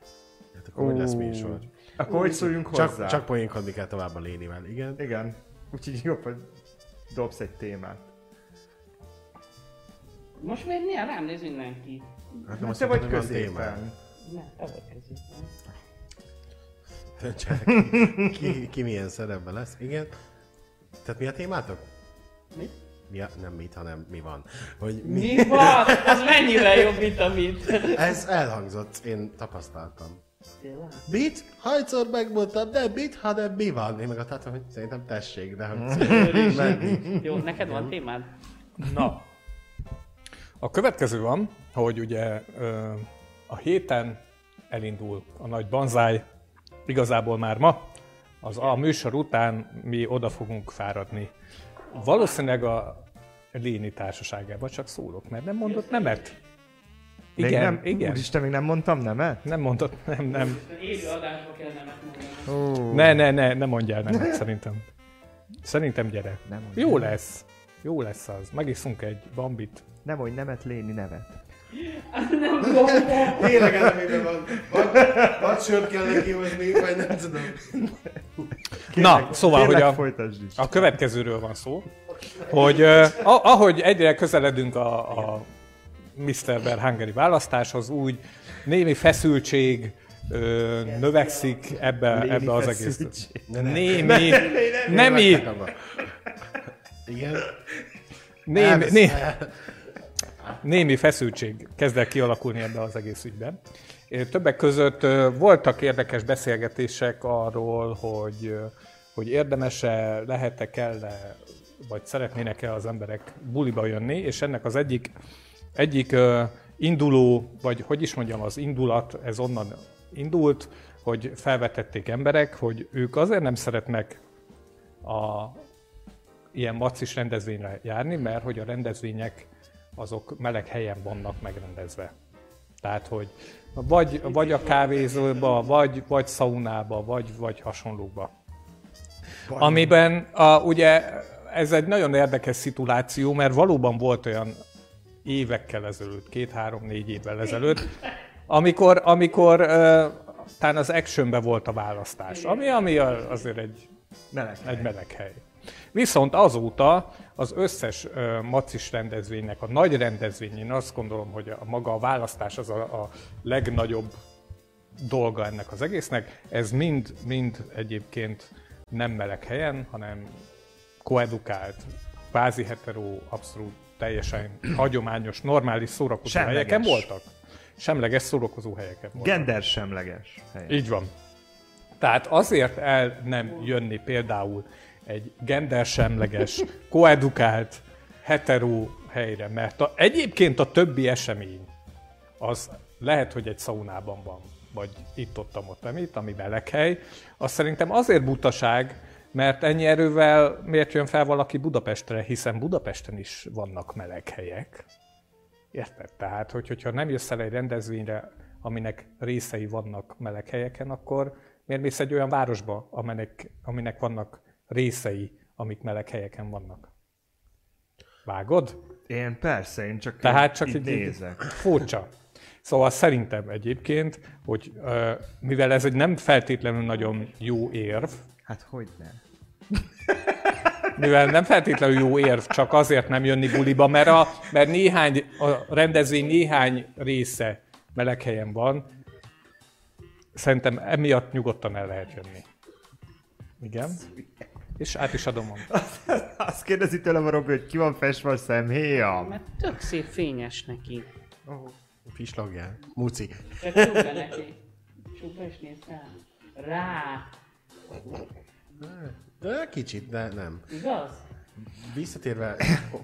Speaker 5: Hát akkor hogy lesz műsor?
Speaker 4: Akkor hogy szóljunk hozzá?
Speaker 5: Csak, csak poénkodni kell tovább a lénivel, igen.
Speaker 4: Igen. Úgyhogy jobb, hogy dobsz egy témát.
Speaker 2: Most miért milyen rám néz mindenki?
Speaker 5: Hát
Speaker 4: Nem
Speaker 5: azt
Speaker 4: te
Speaker 5: mondtam, hogy van
Speaker 4: vagy középen.
Speaker 2: Nem, ez a kezdet.
Speaker 5: Döntsenek ki, ki, ki milyen szerepben lesz. Igen. Tehát mi a témátok?
Speaker 2: Mit?
Speaker 5: Mi a, nem mit, hanem mi van. Hogy mi?
Speaker 2: Mi van? Az mennyivel jobb, mint amit?
Speaker 5: Ez elhangzott, én tapasztaltam.
Speaker 2: Tényleg?
Speaker 5: Mit? Hajszor megmondtam, de mit, hanem mi van? Én meg azt láttam, hogy szerintem tessék, de hogy nem.
Speaker 2: Jó, neked van témád?
Speaker 3: Na, a következő van, hogy ugye ö, a héten elindul a nagy banzáj, igazából már ma, az a műsor után mi oda fogunk fáradni. Valószínűleg a Léni társaságába csak szólok, mert nem mondott nemet.
Speaker 4: Még
Speaker 3: Igen,
Speaker 4: nem,
Speaker 3: igen.
Speaker 4: Úristen, még nem mondtam nemet?
Speaker 3: Nem mondott, nem, nem.
Speaker 2: Élő adásba kell nemet mondani.
Speaker 4: Ó,
Speaker 3: Ne, ne, ne, ne mondjál nemet, szerintem. Szerintem gyere.
Speaker 4: Nem mondjál.
Speaker 3: Jó lesz. Jó lesz az. Megiszunk egy bambit.
Speaker 4: nem mondj nemet, Léni nevet.
Speaker 2: Nem tudom.
Speaker 5: Tényleg ellenében van. Vagy, vagy sört kell neki hozni, vagy nem tudom.
Speaker 3: Na, szóval,
Speaker 4: Kérlek,
Speaker 3: hogy a...
Speaker 4: folytasd is.
Speaker 3: A következőről van szó, hogy ö, a- ahogy egyre közeledünk a, a Mr. Berhangeri választáshoz, úgy némi feszültség ö, növekszik ebbe,
Speaker 4: Léni
Speaker 3: ebbe az egész.
Speaker 4: feszültség.
Speaker 3: Némi, nemi,
Speaker 5: Igen.
Speaker 3: némi,
Speaker 5: Elvesz-
Speaker 3: némi, némi feszültség kezd el kialakulni ebbe az egész ügyben. Ö, Többek között ö, voltak érdekes beszélgetések arról, hogy, ö, hogy érdemese, lehet-e, kell-e, vagy szeretnének-e az emberek buliba jönni, és ennek az egyik, egyik ö, induló, vagy hogy is mondjam, az indulat, ez onnan indult, hogy felvetették emberek, hogy ők azért nem szeretnek a, ilyen macis rendezvényre járni, mert hogy a rendezvények azok meleg helyen vannak megrendezve. Tehát, hogy vagy, vagy a kávézóba, vagy, vagy szaunába, vagy, vagy hasonlóba. Amiben a, ugye ez egy nagyon érdekes szituáció, mert valóban volt olyan évekkel ezelőtt, két-három-négy évvel ezelőtt, amikor, amikor uh, talán az actionbe volt a választás, ami, ami a- azért egy
Speaker 4: Meleg.
Speaker 3: egy meleg hely. Viszont azóta az összes ö, macis rendezvénynek, a nagy rendezvényén azt gondolom, hogy a maga a választás az a, a legnagyobb dolga ennek az egésznek. Ez mind, mind egyébként nem meleg helyen, hanem koedukált, kvázi hetero, abszolút teljesen hagyományos, normális szórakozó
Speaker 4: Semleges.
Speaker 3: helyeken voltak. Semleges szórakozó helyeken voltak.
Speaker 4: Gendersemleges. hely.
Speaker 3: Így van. Tehát azért el nem jönni például egy gendersemleges, koedukált, heteró helyre, mert a, egyébként a többi esemény az lehet, hogy egy szaunában van, vagy itt ott ott nem itt, ami meleghely, az szerintem azért butaság, mert ennyi erővel miért jön fel valaki Budapestre, hiszen Budapesten is vannak meleg helyek. Érted? Tehát, hogy, hogyha nem jössz el egy rendezvényre, aminek részei vannak meleg helyeken, akkor miért mész egy olyan városba, aminek, aminek vannak részei, amik meleg helyeken vannak? Vágod?
Speaker 4: Én persze, én csak,
Speaker 3: Tehát csak
Speaker 4: így
Speaker 3: így,
Speaker 4: nézek.
Speaker 3: Furcsa. Szóval szerintem egyébként, hogy ö, mivel ez egy nem feltétlenül nagyon jó érv,
Speaker 4: Hát hogy ne?
Speaker 3: mivel nem feltétlenül jó érv, csak azért nem jönni buliba, mert, a, mert néhány, a rendezvény néhány része meleghelyen van, Szerintem emiatt nyugodtan el lehet jönni. Igen. És át is adom. a-
Speaker 4: Azt kérdezi tőlem a Robi, hogy ki van festve a szemhéjam.
Speaker 2: Mert tök szép fényes neki.
Speaker 5: Pislagjál. Muci.
Speaker 2: Csak csukja neki. Csukja és nézd rá. Rá.
Speaker 5: De kicsit, de nem.
Speaker 2: Igaz?
Speaker 5: Visszatérve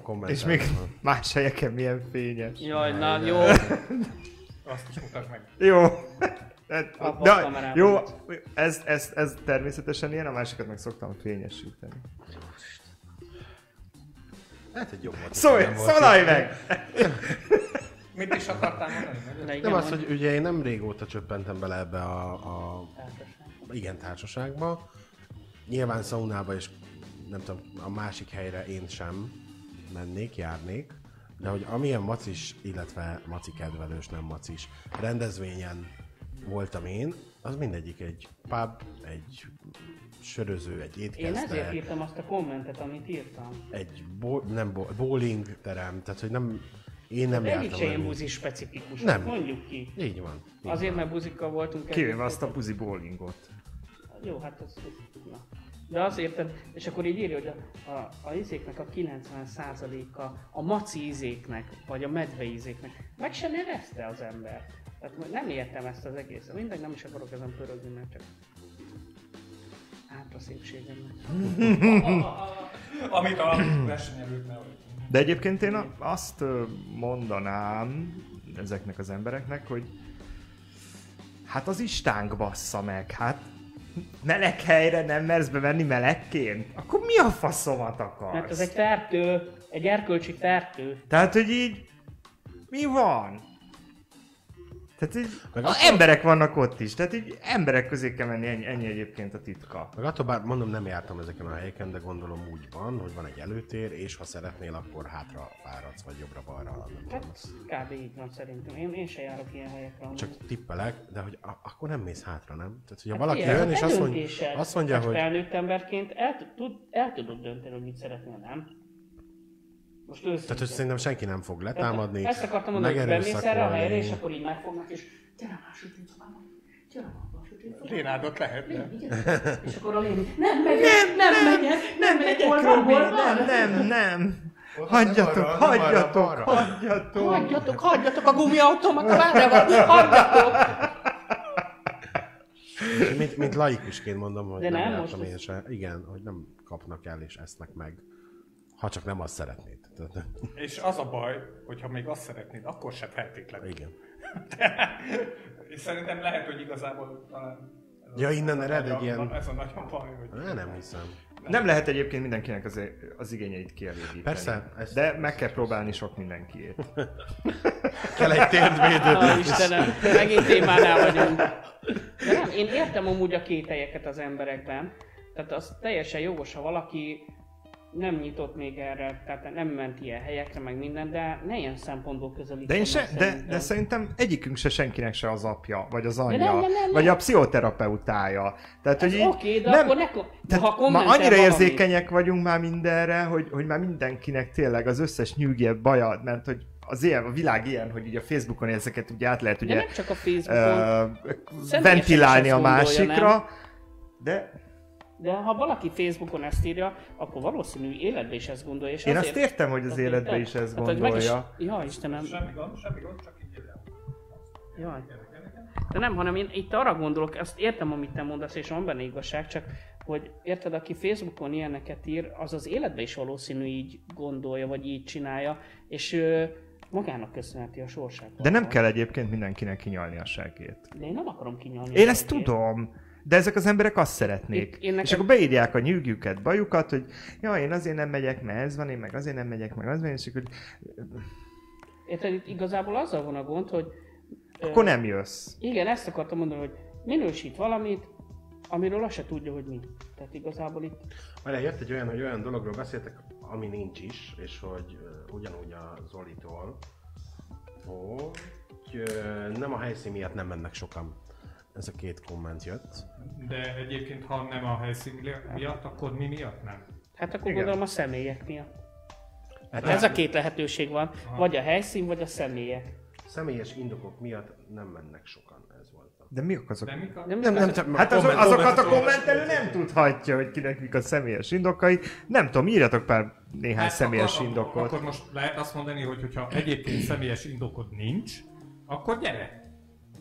Speaker 5: kommentálom.
Speaker 4: És még más helyeken milyen fényes.
Speaker 2: Jaj, na jó.
Speaker 3: Azt is mutasd meg.
Speaker 4: Jó. Hát,
Speaker 2: Abba a
Speaker 4: De,
Speaker 2: kamerában.
Speaker 4: jó, ez, ez, ez természetesen ilyen, a másikat meg szoktam fényesíteni.
Speaker 5: Lehet, hogy jobb volt.
Speaker 4: Szólj, szólalj meg!
Speaker 3: Mit is akartál mondani?
Speaker 2: Na, igen,
Speaker 5: Nem az,
Speaker 2: mondj.
Speaker 5: hogy ugye én nem régóta csöppentem bele ebbe a, a igen, társaságba. Nyilván szaunába és nem tudom, a másik helyre én sem mennék, járnék. De hogy amilyen macis, illetve maci kedvelős, nem macis rendezvényen voltam én, az mindegyik egy pub, egy söröző, egy
Speaker 2: Én
Speaker 5: étkezde,
Speaker 2: ezért írtam azt a kommentet, amit írtam.
Speaker 5: egy bo- nem bo- bowling terem, tehát hogy nem, én nem
Speaker 2: Egyik
Speaker 5: jártam
Speaker 2: se ilyen
Speaker 5: el.
Speaker 2: buzi specifikus.
Speaker 5: Nem.
Speaker 2: Mondjuk ki.
Speaker 5: Így van. Így
Speaker 2: Azért, mert buzikkal voltunk
Speaker 4: Kivéve azt a buzi bowlingot.
Speaker 2: Jó, hát az... az- Na. De azt értem, és akkor így írja, hogy a, a, a ízéknek a 90%-a a maci ízéknek, vagy a medve ízéknek. Meg se nevezte az ember. Tehát nem értem ezt az egészet. Mindegy, nem is akarok ezen pörögni, mert csak át a szépségemnek.
Speaker 3: Amit a versenyelőknek.
Speaker 4: De egyébként én a- azt ö, mondanám ezeknek az embereknek, hogy hát az istánk bassza meg, hát meleg helyre nem mersz bevenni melegként? Akkor mi a faszomat
Speaker 2: Mert ez
Speaker 4: akarsz?
Speaker 2: Hát egy fertő, egy erkölcsi fertő.
Speaker 4: Tehát, hogy így mi van? Tehát így a emberek vannak ott is, tehát így emberek közé kell menni, ennyi, ennyi egyébként a titka.
Speaker 5: Meg attól bár mondom, nem jártam ezeken a helyeken, de gondolom úgy van, hogy van egy előtér, és ha szeretnél, akkor hátra váradsz, vagy jobbra-balra. nem tudom.
Speaker 2: Hát kb. így van szerintem. Én, én se járok ilyen helyekre. amúgy.
Speaker 5: Csak tippelek, de hogy a- akkor nem mész hátra, nem? Tehát, hogyha
Speaker 2: Hát
Speaker 5: valaki
Speaker 2: ilyen,
Speaker 5: jön, és azt mondja,
Speaker 2: eldöntéssel.
Speaker 5: azt mondja
Speaker 2: Hát
Speaker 5: hogy
Speaker 2: Felnőtt emberként el, tud- tud, el tudod dönteni, hogy mit szeretnél, nem? Most őszintén.
Speaker 5: tehát, hogy szerintem senki nem fog letámadni,
Speaker 2: Ezt akartam mondani, hogy bemész erre a helyre, és
Speaker 5: megerőszakolni.
Speaker 2: akkor így megfognak, és gyere már sütőt szobában, gyere már abba a sütőt szobában.
Speaker 3: Rénádot lehetne.
Speaker 2: Légy, gyere. És akkor a léni, nem megyek, nem megyek, nem megyek, hol van,
Speaker 4: Robi,
Speaker 2: hol van?
Speaker 4: nem, nem, nem! Hagyjatok,
Speaker 5: nem arra, nem arra,
Speaker 4: hagyjatok,
Speaker 5: arra.
Speaker 4: hagyjatok!
Speaker 2: Hagyjatok, hagyjatok a gumiautomat, várja van, hagyjatok!
Speaker 5: Mint, mint laikusként mondom, hogy
Speaker 2: De
Speaker 5: nem,
Speaker 2: nem,
Speaker 5: jártam
Speaker 2: most
Speaker 5: én
Speaker 2: ez-
Speaker 5: se. Igen, hogy nem kapnak el és esznek meg. Ha csak nem azt szeretnéd. Tehát,
Speaker 3: És az a baj, hogyha még azt szeretnéd, akkor se feltétlenül.
Speaker 5: igen.
Speaker 3: És szerintem lehet, hogy igazából talán... ez a-
Speaker 5: Ja, innen
Speaker 3: ez a
Speaker 5: ered egy
Speaker 3: nagyon-
Speaker 5: ilyen-
Speaker 3: Ez a nagyon baj, hogy...
Speaker 5: Á, nem hiszem.
Speaker 4: Nem lehet egyébként mindenkinek az, az igényeit kielégíteni.
Speaker 5: Persze, ez-
Speaker 4: De meg kell próbálni sok mindenkiét.
Speaker 5: Kell egy térdvédő.
Speaker 2: Ó, Istenem, megint témánál vagyunk. De nem, én értem amúgy a kételyeket az emberekben. Tehát az teljesen jogos, ha valaki nem nyitott még erre, tehát nem ment ilyen helyekre, meg minden, de ne ilyen szempontból közelítsen.
Speaker 4: De én
Speaker 2: meg
Speaker 4: se, de,
Speaker 2: szerintem.
Speaker 4: de szerintem egyikünk se senkinek se az apja, vagy az anyja,
Speaker 2: nem, nem, nem.
Speaker 4: vagy a pszichoterapeutája. Tehát, Hát, hogy
Speaker 2: Ez
Speaker 4: így
Speaker 2: oké, de akkor ne ko-
Speaker 4: tehát
Speaker 2: ha kommentel
Speaker 4: ma annyira
Speaker 2: valamit.
Speaker 4: érzékenyek vagyunk már mindenre, hogy, hogy már mindenkinek tényleg az összes nyűgje, baja, mert hogy az ilyen, a világ ilyen, hogy ugye a Facebookon ezeket ugye át lehet
Speaker 2: de
Speaker 4: ugye
Speaker 2: nem csak a Facebookon,
Speaker 4: ö,
Speaker 2: Személyesen
Speaker 4: ventilálni
Speaker 2: is
Speaker 4: a
Speaker 2: azt gondolja,
Speaker 4: másikra, de
Speaker 2: de ha valaki Facebookon ezt írja, akkor valószínű életben is ezt gondolja. És
Speaker 4: Én
Speaker 2: azért,
Speaker 4: azt értem, hogy az
Speaker 2: tehát,
Speaker 4: életben
Speaker 2: de-
Speaker 4: is ezt
Speaker 2: tehát, hogy meg is-
Speaker 4: gondolja.
Speaker 2: Ja, Istenem,
Speaker 3: Semmi gond, semmi gond, csak így ide.
Speaker 2: Jaj. De nem, hanem én itt arra gondolok, azt értem, amit te mondasz, és van benne igazság, csak hogy érted, aki Facebookon ilyeneket ír, az az életben is valószínű így gondolja, vagy így csinálja, és ö, magának köszönheti a sorsát.
Speaker 4: De nem kell egyébként mindenkinek kinyalni a segét.
Speaker 2: De én nem akarom kinyalni.
Speaker 4: Én
Speaker 2: a
Speaker 4: ezt
Speaker 2: végét.
Speaker 4: tudom, de ezek az emberek azt szeretnék.
Speaker 2: Én- én nekem-
Speaker 4: És akkor beírják a nyűgjüket, bajukat, hogy ja, én azért nem megyek, mert ez van, én meg azért nem megyek, meg az van, és akkor,
Speaker 2: Érted, itt igazából azzal van a gond, hogy
Speaker 4: akkor nem jössz.
Speaker 2: igen, ezt akartam mondani, hogy minősít valamit, amiről azt se tudja, hogy mi. Tehát igazából itt
Speaker 5: Várjál, jött egy olyan, hogy olyan dologról beszéltek, ami nincs is, és hogy ö, ugyanúgy a Zolitól, hogy ö, nem a helyszín miatt nem mennek sokan. Ez a két komment jött.
Speaker 3: De egyébként, ha nem a helyszín miatt, akkor mi miatt nem?
Speaker 2: Hát akkor Igen. gondolom a személyek miatt. Hát ez a két lehetőség van, vagy a helyszín, vagy a személyek.
Speaker 5: személyes indokok miatt nem mennek sokan, ez volt. a-
Speaker 4: De mi azok?
Speaker 3: De mik a...
Speaker 2: Nem,
Speaker 5: Nem, nem, nem
Speaker 4: Hát azok, azokat a
Speaker 5: kommentelők-
Speaker 4: kommentelő nem tudhatja, hogy kinek mik a személyes indokai. Nem tudom, írjatok pár néhány
Speaker 3: Hát
Speaker 4: személyes
Speaker 3: akkor,
Speaker 4: indokot.
Speaker 3: Akkor most lehet azt mondani, hogy hogyha egyébként személyes indokod nincs, akkor gyere.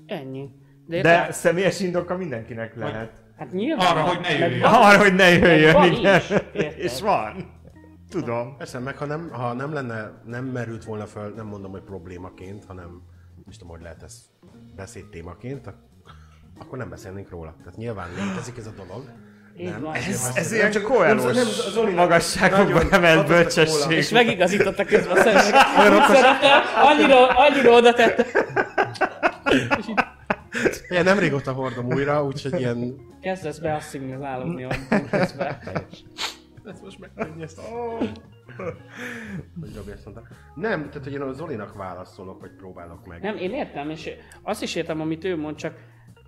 Speaker 2: Ennyi. De,
Speaker 4: De személyes indoka mindenkinek lehet.
Speaker 2: hát nyilván.
Speaker 3: Arra, hogy ne
Speaker 2: Meg
Speaker 3: jöjjön.
Speaker 4: Arra, hogy
Speaker 2: Van
Speaker 4: ne jöjjön,
Speaker 2: is,
Speaker 4: igen.
Speaker 2: érted?
Speaker 4: És van. Tudom.
Speaker 5: Persze, meg ha nem, ha nem lenne, nem merült volna föl, nem mondom, hogy problémaként, hanem nem is tudom, hogy lehet ez beszédtémaként, ak- akkor nem beszélnénk róla. Tehát nyilván létezik ez a dolog.
Speaker 2: Így van.
Speaker 4: Ez, ez ilyen csak koelós magasságokban
Speaker 5: nagyon
Speaker 4: emelt
Speaker 5: hatottak
Speaker 4: bölcsesség.
Speaker 2: És megigazította közben a szemek. Úgy szeretem, annyira, annyira oda tette.
Speaker 5: Én nem régóta hordom újra, úgyhogy ilyen...
Speaker 2: Kezdesz beasszimilálódni ott közben.
Speaker 5: Ez most megkönnyeztem. Hogy Robi ezt mondta. Nem, tehát hogy én a Zolinak válaszolok, hogy próbálok meg.
Speaker 2: Nem, én értem, és azt is értem, amit ő mond, csak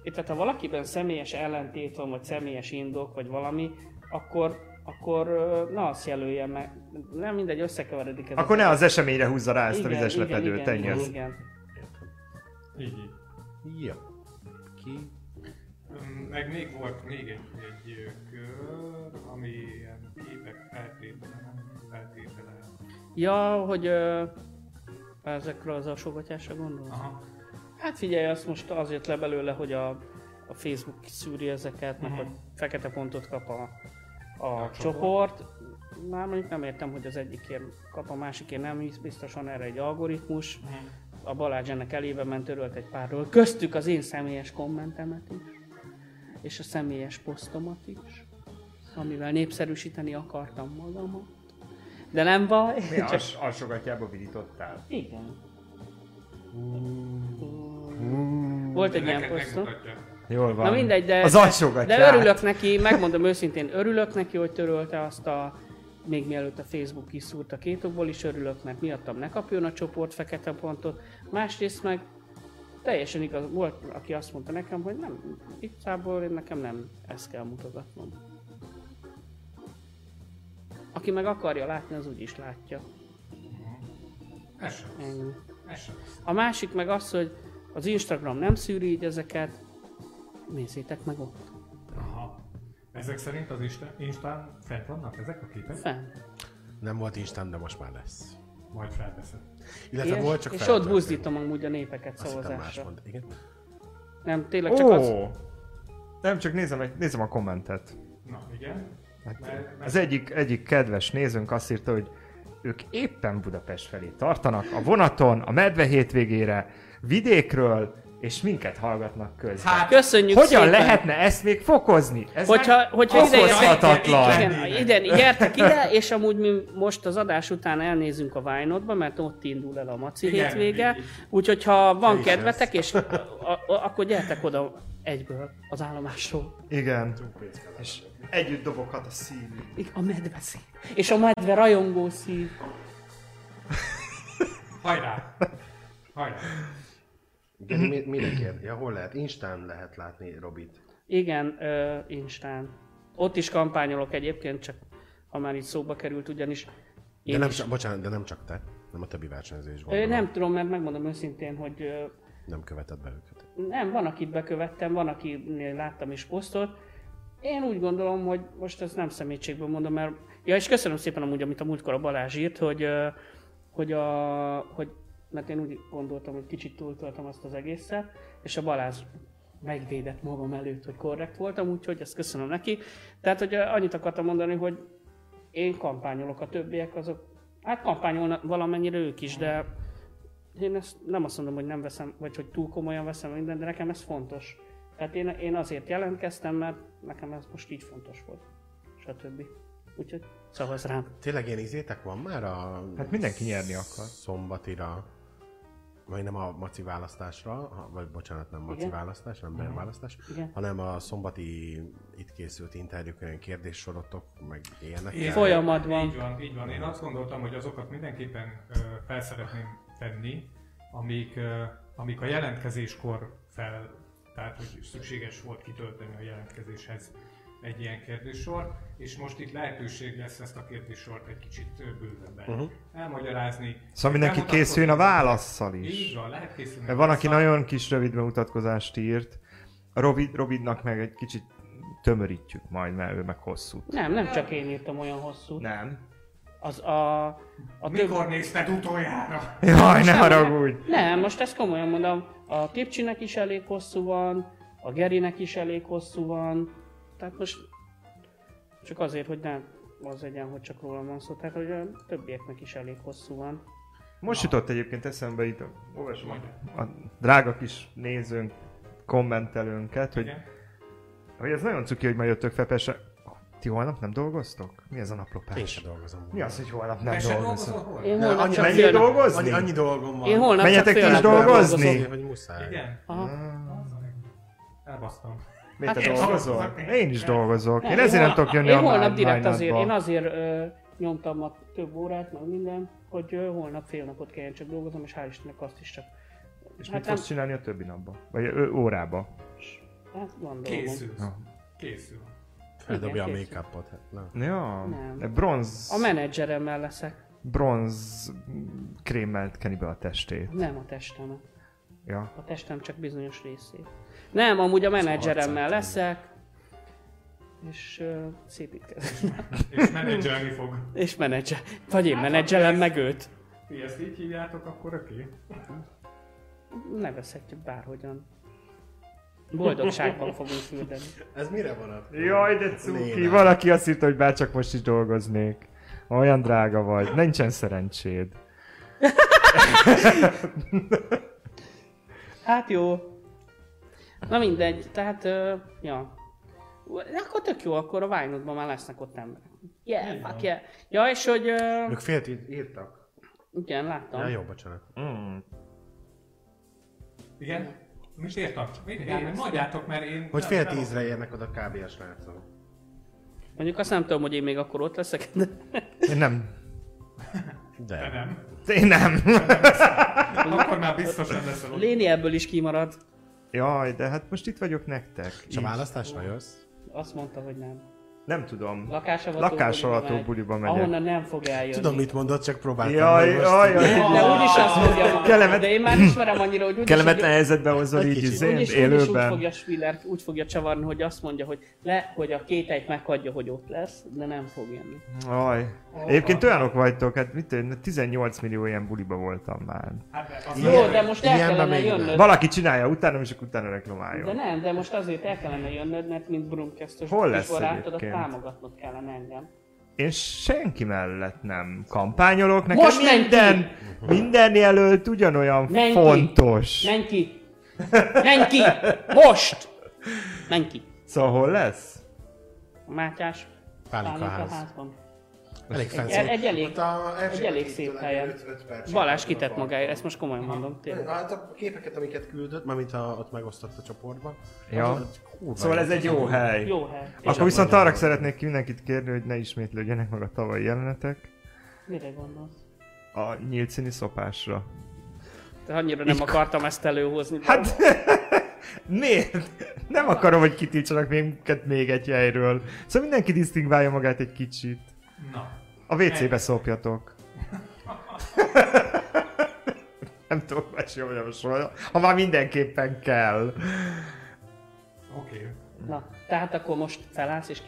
Speaker 2: itt, tehát ha valakiben személyes ellentét van, vagy személyes indok, vagy valami, akkor, akkor ö, na azt jelölje meg. Nem mindegy, összekeveredik ez.
Speaker 4: Akkor ne az eseményre húzza rá ezt a
Speaker 2: Igen,
Speaker 4: vizes
Speaker 2: igen,
Speaker 4: lepedőt,
Speaker 2: igen,
Speaker 4: ennyi
Speaker 2: igen,
Speaker 4: az.
Speaker 2: igen.
Speaker 3: Így, így.
Speaker 5: Ja. Ki?
Speaker 3: Öm, Meg még volt még egy, egy ö, kör, ami ilyen képek feltétele, nem feltétele.
Speaker 2: Ja, hogy ö, ezekről az alsógatyásra gondolsz?
Speaker 3: Aha.
Speaker 2: Hát figyelj, azt most az jött le belőle, hogy a, a Facebook szűri ezeket, meg
Speaker 3: Mhm.
Speaker 2: hogy fekete pontot kap a, a,
Speaker 3: A
Speaker 2: csoport. Már mondjuk nem értem, hogy az egyikért kap, a másikért nem, hisz biztos van erre egy algoritmus.
Speaker 3: Mhm.
Speaker 2: A Balázs ennek elébe ment, törölt egy párról. Köztük az én személyes kommentemet is, és a személyes posztomat is, amivel népszerűsíteni akartam magamat. De nem baj.
Speaker 4: Mi als, alsogatjába virítottál?
Speaker 2: Igen. Volt egy ilyen
Speaker 3: Neked
Speaker 2: posztom.
Speaker 3: megmutatja.
Speaker 4: Jól van.
Speaker 2: Na mindegy, de,
Speaker 4: Az alsogatját.
Speaker 2: de örülök neki, megmondom őszintén, örülök neki, hogy törölte azt a még mielőtt a Facebook kiszúrt a két okból is örülök, mert miattam ne kapjon a csoport fekete pontot. Másrészt meg teljesen igaz, volt, aki azt mondta nekem, hogy nem, igazából én nekem nem ezt kell mutogatnom. Aki meg akarja látni, az úgy is látja.
Speaker 3: Ez sem,
Speaker 2: Ennyi.
Speaker 3: ez sem.
Speaker 2: A másik meg az, hogy az Instagram nem szűri így ezeket, nézzétek meg ott.
Speaker 3: Aha. Ezek szerint az Isten, Instán fent vannak ezek a képek?
Speaker 2: Fenn.
Speaker 5: Nem volt Instán, de most már lesz.
Speaker 3: Majd felveszed.
Speaker 5: Illetve
Speaker 2: és,
Speaker 5: volt csak
Speaker 2: és ott
Speaker 5: feltöltő.
Speaker 2: buzdítom amúgy a népeket
Speaker 5: Azt hittem más
Speaker 2: szavazásra.
Speaker 5: mond. Igen.
Speaker 2: Nem, tényleg csak az...
Speaker 4: Ó! Nem, csak nézem, egy- nézem a kommentet.
Speaker 3: Na, igen.
Speaker 4: Hát,
Speaker 3: Mert-
Speaker 4: Az egyik, egyik kedves nézőnk azt írta, hogy ők éppen Budapest felé tartanak, a vonaton, a medve hétvégére, vidékről, és minket hallgatnak közben.
Speaker 3: Hát,
Speaker 2: Köszönjük
Speaker 4: Hogyan
Speaker 2: szépen.
Speaker 4: lehetne ezt még fokozni? Ez
Speaker 2: Hogyha-
Speaker 4: meg
Speaker 2: hogyha ide-
Speaker 4: okozhatatlan.
Speaker 2: Igen, igen, gyertek ide, és amúgy mi most az adás után elnézünk a Vájnodba, mert ott indul el a Maci
Speaker 3: Igen,
Speaker 2: hétvége.
Speaker 3: így.
Speaker 2: Úgyhogy ha van kedvetek, és a, a, akkor gyertek oda egyből az állomásról.
Speaker 4: Igen. És együtt doboghat a szív.
Speaker 2: Igen, A medve szív. És a medve rajongó szív.
Speaker 3: Hajrá! Hajrá!
Speaker 5: Geri, mi- mire kér? Ja, hol lehet? Instán lehet látni Robit.
Speaker 2: Igen, ö, Instán. Ott is kampányolok egyébként, csak ha már itt szóba került, ugyanis
Speaker 5: De
Speaker 2: én
Speaker 5: nem,
Speaker 2: is.
Speaker 5: csak, bocsánat, de nem csak te, nem a többi versenyző is
Speaker 2: Ö,
Speaker 5: gondolom.
Speaker 2: nem tudom, mert megmondom őszintén, hogy ö,
Speaker 5: Nem követed be őket.
Speaker 2: nem, van, akit bekövettem, van, akinél láttam is posztot. Én úgy gondolom, hogy most ezt nem szemétségből mondom, mert... Ja, és köszönöm szépen amúgy, amit a múltkor a Balázs írt, hogy, ö, hogy, a, hogy mert én úgy gondoltam, hogy kicsit túltoltam azt az egészet, és a Balázs megvédett magam előtt, hogy korrekt voltam, úgyhogy ezt köszönöm neki. Tehát, hogy ö, annyit akartam mondani, hogy én kampányolok, a többiek azok, hát kampányolnak valamennyire ők is, de én ezt nem azt mondom, hogy nem veszem, vagy hogy túl komolyan veszem mindent, de nekem ez fontos. Tehát én, én azért jelentkeztem, mert nekem ez most így fontos volt, stb. Úgyhogy szavaz rám.
Speaker 5: Tényleg ilyen izétek van már a
Speaker 4: Hát mindenki nyerni akar.
Speaker 5: szombatira, vagy nem a maci választásra, ha- vagy bocsánat, nem maci
Speaker 2: Igen.
Speaker 5: választás, nem bőr választás,
Speaker 2: Igen.
Speaker 5: hanem a szombati itt készült interjúkon olyan kérdéssorotok, meg ilyenek.
Speaker 3: Én-
Speaker 2: Folyamatban.
Speaker 3: Így van, így van. Én azt gondoltam, hogy azokat mindenképpen ö, fel szeretném tenni, amik, ö, amik a jelentkezéskor fel, tehát hogy szükséges volt kitölteni a jelentkezéshez egy ilyen kérdéssor, és most itt lehetőség lesz ezt a kérdéssort egy kicsit ö, bővebben uh-huh. elmagyarázni.
Speaker 4: Mhm. Szóval mindenki
Speaker 3: Bemutatkozni-
Speaker 4: készüljön a válaszsal
Speaker 3: Így
Speaker 4: is.
Speaker 3: van, lehet készülni.
Speaker 4: Mert van, aki
Speaker 3: válaszsal.
Speaker 4: nagyon kis rövid bemutatkozást írt. A Rovid, Rovidnak meg egy kicsit tömörítjük majd, mert ő meg hosszú.
Speaker 2: Nem, nem csak én írtam olyan hosszú.
Speaker 4: Nem.
Speaker 2: Az a... a
Speaker 3: Mikor nézted utoljára?
Speaker 4: Jaj, ne haragudj!
Speaker 2: Nem, most ezt komolyan mondom. A Kipcsinek is elég hosszú van, a Gerinek is elég hosszú van. Tehát most csak azért, hogy nem az legyen, hogy csak rólam van szó. Tehát, hogy a többieknek is elég hosszú van.
Speaker 4: Most jutott egyébként eszembe itt, a- olvasom a, a drága kis nézőnk, kommentelőnket, hogy,
Speaker 3: Igen.
Speaker 4: hogy ez nagyon cuki, hogy ma jöttök fel, persze. Ti holnap nem dolgoztok? Mi ez a naplopás?
Speaker 5: Én sem dolgozom.
Speaker 4: Mi az, hogy holnap nem
Speaker 3: Te se
Speaker 4: dolgozol?
Speaker 3: dolgozol hol?
Speaker 2: Én
Speaker 5: Na,
Speaker 2: holnap
Speaker 5: annyi-
Speaker 2: csak
Speaker 5: mennyi
Speaker 4: Menjél
Speaker 2: félnap,
Speaker 4: dolgozni?
Speaker 5: Annyi, annyi dolgom van.
Speaker 2: én holnap
Speaker 4: Menjetek
Speaker 2: csak
Speaker 4: ti is
Speaker 2: félnapig
Speaker 4: dolgozni?
Speaker 2: dolgozom.
Speaker 5: Hogy muszáj.
Speaker 3: Igen.
Speaker 2: Aha.
Speaker 3: Elbasztam.
Speaker 4: Miért te
Speaker 2: Hát én is
Speaker 4: dolgozol?
Speaker 3: dolgozok.
Speaker 4: Én is dolgozok. Én
Speaker 2: Nem,
Speaker 4: ezért nem
Speaker 2: hol-
Speaker 4: tudok jönni
Speaker 2: Én
Speaker 4: a
Speaker 2: holnap
Speaker 4: Nine-
Speaker 2: direkt
Speaker 4: Nine-ba.
Speaker 2: azért, én azért ö, nyomtam a több órát, meg minden, hogy ö, holnap fél napot kelljen csak dolgozom, és hál' Istennek azt is csak.
Speaker 4: És
Speaker 2: hát
Speaker 4: mit
Speaker 2: nem-
Speaker 4: fogsz csinálni a többi napban? Vagy ö, órába?
Speaker 2: Hát van dolgom.
Speaker 3: Készülsz. Készül.
Speaker 5: Feldobja a
Speaker 2: Igen,
Speaker 5: make-upot. Hát, na.
Speaker 4: Ja,
Speaker 2: Nem.
Speaker 4: de bronz,
Speaker 2: A menedzseremmel leszek,
Speaker 4: bronz krémmel keni be a testét.
Speaker 2: nem a testemet.
Speaker 4: Ja.
Speaker 2: A testem csak bizonyos részét. Nem, amúgy a menedzseremmel leszek, és uh, szépítkezem.
Speaker 3: És menedzselni fog.
Speaker 2: és menedzser. Vagy én menedzselem meg őt.
Speaker 3: Ti ezt így hívjátok akkor aki?
Speaker 2: Nevezhetjük bárhogyan. Boldogságban fogunk fürdeni.
Speaker 5: Ez mire vonat?
Speaker 4: Jaj, de cuki,
Speaker 5: Lélek.
Speaker 4: valaki azt írta, hogy bárcsak most is dolgoznék. Olyan drága vagy, nincsen szerencséd.
Speaker 2: Hát jó. Na mindegy, tehát, uh, ja. Akkor tök jó, akkor a Vájnodban már lesznek ott emberek. Yeah, fuck yeah. Ja, és hogy, uh,
Speaker 5: Ők félt í- írtak.
Speaker 2: igen, láttam.
Speaker 5: Ja, jó, bocsánat.
Speaker 3: Igen? Mit írtak? Mit írtak? Mondjátok, mert én...
Speaker 5: Hogy
Speaker 3: nem-
Speaker 5: fél
Speaker 3: nem-
Speaker 5: tízre érnek oda kb. a srácok.
Speaker 2: Mondjuk azt nem tudom, hogy én még akkor ott leszek, de
Speaker 4: Én nem.
Speaker 5: De.
Speaker 3: Te nem. Hát
Speaker 4: Én nem.
Speaker 3: Akkor már biztosan leszel ott.
Speaker 2: Léni ebből is kimarad.
Speaker 4: Jaj, de hát most itt vagyok nektek.
Speaker 5: És a
Speaker 4: Így.
Speaker 5: választásra jössz?
Speaker 2: Azt mondta, hogy nem.
Speaker 4: Nem tudom.
Speaker 2: Lakásavató,
Speaker 4: Lakásavató
Speaker 2: buliba megy,
Speaker 4: buliba megyek.
Speaker 2: Ahonnan nem fog eljönni.
Speaker 5: Tudom, mit mondott, csak próbáltam.
Speaker 2: Hát
Speaker 4: Jaj,
Speaker 5: hogy most-
Speaker 4: jaj, jaj.
Speaker 2: De úgyis azt fogja mondani.
Speaker 4: Kellemet-
Speaker 2: De én már ismerem annyira, hogy úgyis...
Speaker 4: Kellemetlen
Speaker 2: hogy-
Speaker 4: helyzetbe hozol
Speaker 5: Egy
Speaker 4: így
Speaker 5: kicsit.
Speaker 4: izén,
Speaker 2: Úgyis, úgyis úgy
Speaker 4: élőben.
Speaker 2: fogja Spiller, úgy fogja csavarni, hogy azt mondja, hogy le, hogy a két egy meghagyja, hogy ott lesz, de nem fog jönni.
Speaker 4: Jaj. Egyébként olyanok vagytok, hát mit tudom, én, 18 millió ilyen buliba voltam már.
Speaker 3: Hát de az-
Speaker 2: Jó, de most el
Speaker 5: ilyenben
Speaker 2: kellene
Speaker 5: még nem.
Speaker 2: jönnöd.
Speaker 4: Valaki csinálja utána, és akkor utána
Speaker 2: De
Speaker 4: reklamáljon.
Speaker 2: nem, de most azért el kellene jönnöd, mert mint Brumkesztös
Speaker 4: Hol lesz
Speaker 2: barátodat
Speaker 4: egyébként?
Speaker 2: támogatnod kellene engem.
Speaker 4: Én senki mellett nem kampányolok, nekem
Speaker 2: Most menj
Speaker 4: minden, minden jelölt ugyanolyan
Speaker 2: Menj ki!
Speaker 4: fontos.
Speaker 2: Menj ki! Menj ki! Most! Menj ki!
Speaker 4: Szóval hol lesz?
Speaker 2: A Mátyás
Speaker 5: Pálinka ház.
Speaker 2: házban.
Speaker 5: Elég
Speaker 2: Egy,
Speaker 5: fancy.
Speaker 2: egy, elég,
Speaker 5: Ott Hát a első
Speaker 2: egy elég
Speaker 5: két
Speaker 2: szép
Speaker 5: tőle
Speaker 2: helyen.
Speaker 5: öt- öt percet
Speaker 2: Balázs
Speaker 5: kaptam a
Speaker 2: kitett
Speaker 5: parkon.
Speaker 2: magáért, ezt most komolyan mondom, tényleg.
Speaker 5: Hát a képeket, amiket küldött, mármint a, ott megosztott a csoportba.
Speaker 4: Ja.
Speaker 5: az- kurva
Speaker 4: Szóval
Speaker 5: jó.
Speaker 4: ez egy jó hely.
Speaker 2: Jó hely.
Speaker 4: Akkor
Speaker 2: Tényleg.
Speaker 4: viszont arra szeretnék mindenkit kérni, hogy ne ismétlődjenek meg a tavalyi jelenetek
Speaker 2: Mire gondolsz?
Speaker 4: a nyílt színi szopásra.
Speaker 2: De annyira nem akartam ezt előhozni. de-
Speaker 4: Hát miért? Nem akarom, hogy kitiltsanak minket még egy helyről. Szóval mindenki disztingválja magát egy kicsit.
Speaker 3: Na.
Speaker 4: A WC-be szopjatok. Nem tudok más jól javasolni, ha már mindenképpen kell.
Speaker 3: Oké.
Speaker 2: Na, tehát akkor most felállsz és...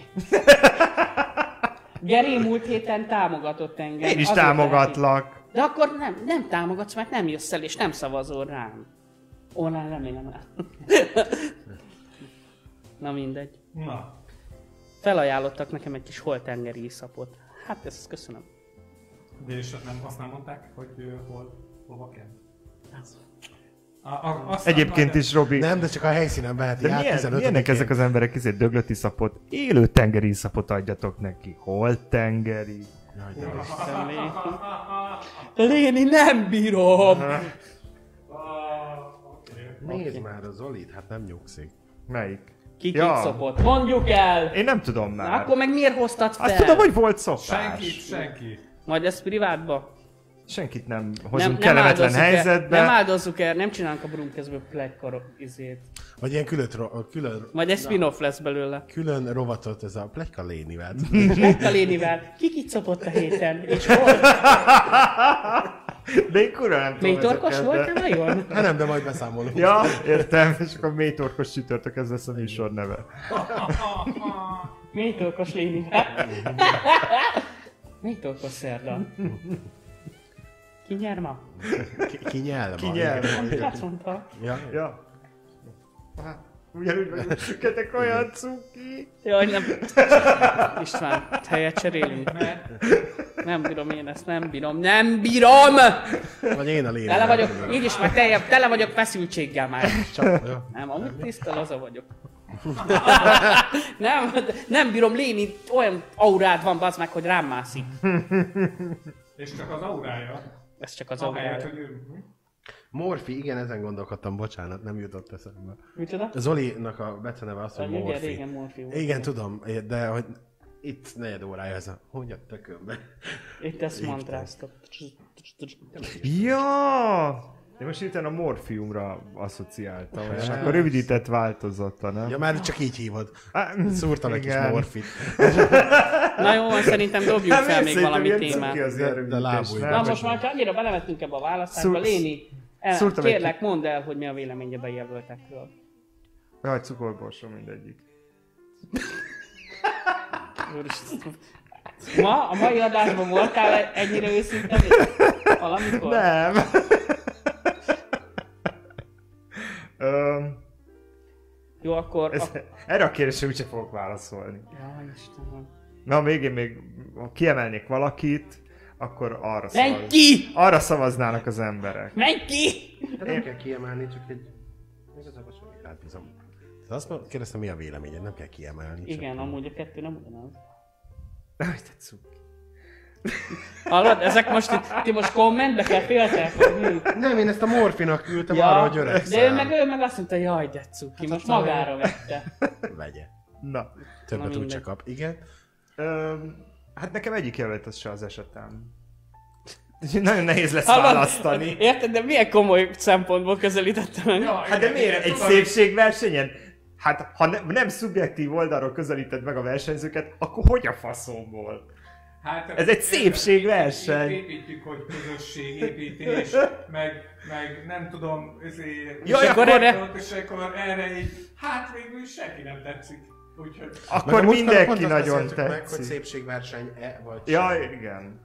Speaker 2: Geri múlt héten támogatott engem.
Speaker 4: Én is
Speaker 2: Azért
Speaker 4: támogatlak.
Speaker 2: lehet- De akkor nem, nem támogatsz, mert nem jössz el, és nem szavazol rám. Online remélem rá. Na mindegy.
Speaker 3: Na.
Speaker 2: Felajánlottak nekem egy kis holtengeri iszapot. Hát ezt köszönöm.
Speaker 3: De és ott nem, azt nem mondták, hogy ö, hol, hova kell? A, a, azt
Speaker 4: Egyébként
Speaker 3: mondták,
Speaker 4: is, Robi.
Speaker 5: Nem, hát de csak a helyszínen beheti
Speaker 4: De milyen, milyenek ezek az emberek, ezért döglött iszapot, élő tengeri iszapot adjatok neki, hol tengeri.
Speaker 2: Köszönöm. Léni, nem bírom!
Speaker 5: Nézd már a Zolit, hát nem nyugszik.
Speaker 4: Melyik?
Speaker 2: Ki
Speaker 4: Ja.
Speaker 2: ja. szopott? Mondjuk el!
Speaker 4: Én nem tudom már.
Speaker 2: Na, akkor meg miért hoztad fel?
Speaker 4: Azt tudom, hogy volt szopás.
Speaker 3: Senki, senki.
Speaker 2: Majd ez privátba?
Speaker 4: Senkit nem hozunk nem, kellemetlen
Speaker 2: áldozzuk el-
Speaker 4: helyzetbe.
Speaker 2: Nem áldozzuk el, nem csinálunk a brunk kezből plekkar izét.
Speaker 5: Vagy ilyen külön, ro- külön,
Speaker 2: Majd egy spin-off lesz belőle.
Speaker 5: külön rovatot, ez a plegyka lénivel.
Speaker 2: Plekka lénivel. Ki kit szopott a héten? És hol?
Speaker 4: De én kurva nem tudom
Speaker 2: Mély torkos
Speaker 4: ezeket,
Speaker 2: volt,
Speaker 4: de-
Speaker 2: nem vajon?
Speaker 5: Hát nem, de majd beszámolunk.
Speaker 4: Ja, értem, és akkor mély torkos csütörtök, ez lesz a műsor neve.
Speaker 2: Mély torkos lénivel. Mély torkos szerda. Ki nyer ma?
Speaker 5: Ki, ki nyelv
Speaker 4: Ki nyelv van?
Speaker 2: Valaki azt mondta.
Speaker 5: Ja.
Speaker 4: Ja. Hát, Ugyanúgy vagyunk, süketek olyan cuki.
Speaker 2: Jaj, nem. István, Hát helyet cserélünk, mert nem bírom én ezt, nem bírom, nem bírom!
Speaker 5: Vagy én a lénivel.
Speaker 2: Tele vagyok, így is már telje, tele vagyok feszültséggel már.
Speaker 5: Csak, ja.
Speaker 2: Nem, amúgy tiszta laza vagyok. nem, de nem bírom léni, olyan aurád van, bazd meg, hogy rám mászik.
Speaker 3: És csak az aurája.
Speaker 2: Ez csak az
Speaker 3: Ahelyett,
Speaker 2: aurája.
Speaker 3: hogy ő... Hm?
Speaker 5: Morfi, igen, ezen gondolkodtam, bocsánat, nem jutott eszembe.
Speaker 2: Micsoda?
Speaker 5: Zolinak a beceneve az, hogy
Speaker 2: Ugye
Speaker 5: Morfi.
Speaker 2: régen Morfi volt.
Speaker 5: Igen, tudom, de hogy itt negyed órája ez a, hogy a tökönbe.
Speaker 2: Itt ezt mantráztok.
Speaker 4: Ja! De most hirtelen a morfiumra asszociáltam, és akkor rövidített változata, nem?
Speaker 5: Ja, már csak így hívod.
Speaker 4: Á,
Speaker 5: Szúrtam egy kis
Speaker 4: igen.
Speaker 5: morfit.
Speaker 2: Na jó, van, szerintem dobjuk
Speaker 4: Hát
Speaker 2: fel
Speaker 4: miért
Speaker 2: még
Speaker 4: szerintem
Speaker 2: valami
Speaker 4: ilyen
Speaker 2: témát.
Speaker 4: cuki az
Speaker 5: De-
Speaker 4: ilyen
Speaker 5: de
Speaker 4: rövidítés,
Speaker 5: lábúj
Speaker 4: nem?
Speaker 2: Na most már, ha annyira belementünk ebbe a választásba,
Speaker 4: Szúr-
Speaker 2: Léni, el,
Speaker 4: szúrtam egy
Speaker 2: kérlek, mondd el, hogy mi a véleményed a jelöltekről.
Speaker 4: Jaj, cukorborsó mindegyik.
Speaker 2: Úristen. Ma, a mai adásban voltál ennyire őszinte még? Valamikor?
Speaker 4: Nem. Öm,
Speaker 2: Jó, akkor...
Speaker 4: ez,
Speaker 2: ak-
Speaker 4: erre a kérdésre úgyse fogok válaszolni.
Speaker 2: Ja, Istenem.
Speaker 4: Na, még én még, ha kiemelnék valakit, akkor arra,
Speaker 2: Menj
Speaker 4: szavaz,
Speaker 2: ki!
Speaker 4: arra szavaznának az emberek.
Speaker 2: Menj ki!
Speaker 5: De nem kell kiemelni, csak egy... Igazából csak átbízom. Hát Tehát azt mond- kérdeztem, mi a véleményed, nem kell kiemelni. csak-
Speaker 2: Igen, amúgy a kettő nem ugyanaz.
Speaker 4: Jaj, te cuki.
Speaker 2: Hallod, ezek most itt, ti most kommentbe kell féltelkodni.
Speaker 5: Nem, én ezt a morfinak küldtem arra, hogy öregszel.
Speaker 2: de ő meg, ő meg azt mondta, jaj, de cuki, most magára vette.
Speaker 5: Vegye.
Speaker 4: Na,
Speaker 5: Többet
Speaker 2: mindegy.
Speaker 5: úgyse kap. Igen.
Speaker 4: öm, hát nekem egyik jelölt az se az esetem. Úgyhogy Nagyon nehéz lesz
Speaker 2: Hallod?
Speaker 4: választani.
Speaker 2: Hát, Érted, de milyen komoly szempontból közelítettem meg?
Speaker 4: Hát de
Speaker 3: Hm?
Speaker 4: miért egy szépségversenyen? Hát ha ne, nem szubjektív oldalról közelíted meg a versenyzőket, akkor hogy a faszomból?
Speaker 3: Hát,
Speaker 4: Ez egy szépségverseny.
Speaker 3: Itt építjük, hogy közösségépítés, meg, meg nem tudom, ezért...
Speaker 4: Jaj,
Speaker 3: és
Speaker 2: akkor erre-
Speaker 3: És akkor erre így, hát végül is senki nem tetszik. Úgyhogy...
Speaker 4: Akkor
Speaker 5: Meg a múltkor
Speaker 4: mindenki
Speaker 5: pont azt
Speaker 4: nagyon
Speaker 5: beszéltük
Speaker 4: tetszik.
Speaker 5: Meg, hogy szépségverseny-e vagy sem.
Speaker 4: Ja, igen.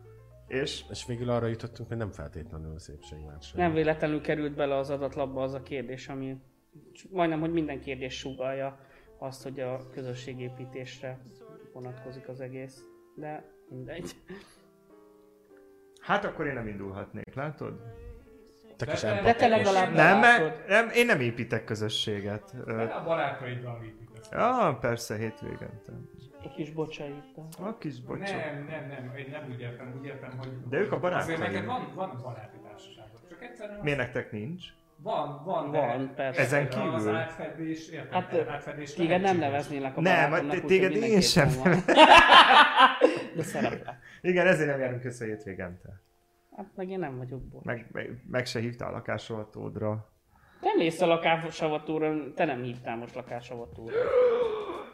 Speaker 4: És?
Speaker 5: És végül arra jutottunk, hogy nem feltétlenül szépségverseny.
Speaker 2: Nem véletlenül került bele az adatlapba az a kérdés, ami majdnem, hogy minden kérdés sugalja azt, hogy a közösségépítésre vonatkozik az egész. De mindegy.
Speaker 4: Hát akkor én nem indulhatnék, látod?
Speaker 5: Te kis
Speaker 3: De-
Speaker 5: ember.
Speaker 2: De te legalább
Speaker 4: Nem,
Speaker 2: belátod.
Speaker 4: mert nem, én nem építek közösséget. Ö,
Speaker 3: A barátaiddal építesz.
Speaker 4: Ja, persze, hétvégén.
Speaker 2: A kis bocsa itt.
Speaker 4: A kis bocsó.
Speaker 3: Nem, nem, nem, én nem úgy értem, úgy értem, hogy...
Speaker 4: De ők a barátaid.
Speaker 3: Azért neked van, van baráti társaságod, csak egyszerűen...
Speaker 4: Miért nektek nincs?
Speaker 3: Van, van, de
Speaker 2: Van, persze.
Speaker 4: Ezen
Speaker 3: Az
Speaker 4: kívül?
Speaker 3: átfedés, értem,
Speaker 2: Hát
Speaker 3: az átfedés
Speaker 2: téged nem
Speaker 3: lehetséges.
Speaker 2: neveznélek a
Speaker 4: Nem,
Speaker 2: barátomnak,
Speaker 4: hát
Speaker 2: úgyhogy
Speaker 4: téged én
Speaker 2: mindenképpen
Speaker 4: sem
Speaker 2: van. De szereplek.
Speaker 4: Igen, ezért nem járunk össze hétvégente.
Speaker 2: Hát meg én nem vagyok bor.
Speaker 4: Meg, meg, meg se hívtál lakásolhatódra.
Speaker 2: Nem mész a lakásavatúra, te nem hívtál most lakásavatúra.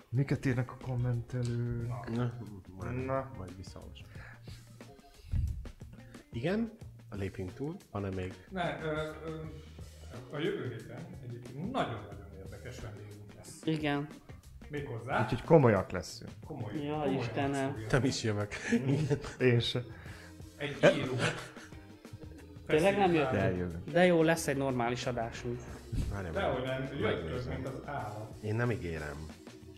Speaker 4: Miket írnak a kommentelők?
Speaker 5: Na, majd,
Speaker 4: Na.
Speaker 5: majd visszaolvasom. Igen, lépjünk túl, hanem még
Speaker 3: Ne, ö, ö, a jövő héten egyébként nagyon-nagyon érdekes vendégünk lesz.
Speaker 2: Igen.
Speaker 3: Méghozzá
Speaker 4: Úgyhogy komolyak leszünk.
Speaker 3: komoly.
Speaker 2: Ja,
Speaker 3: komoly
Speaker 2: Istenem.
Speaker 3: hangszúrja.
Speaker 5: nem is jövök. Igen.
Speaker 4: Én se.
Speaker 3: Egy író.
Speaker 2: Tényleg nem jött?
Speaker 4: Eljövök.
Speaker 2: De jó, lesz egy normális adásunk.
Speaker 5: Már nem
Speaker 3: Dehogy
Speaker 5: jövök.
Speaker 3: nem, jöjjtök, mint az állat.
Speaker 5: Én nem ígérem.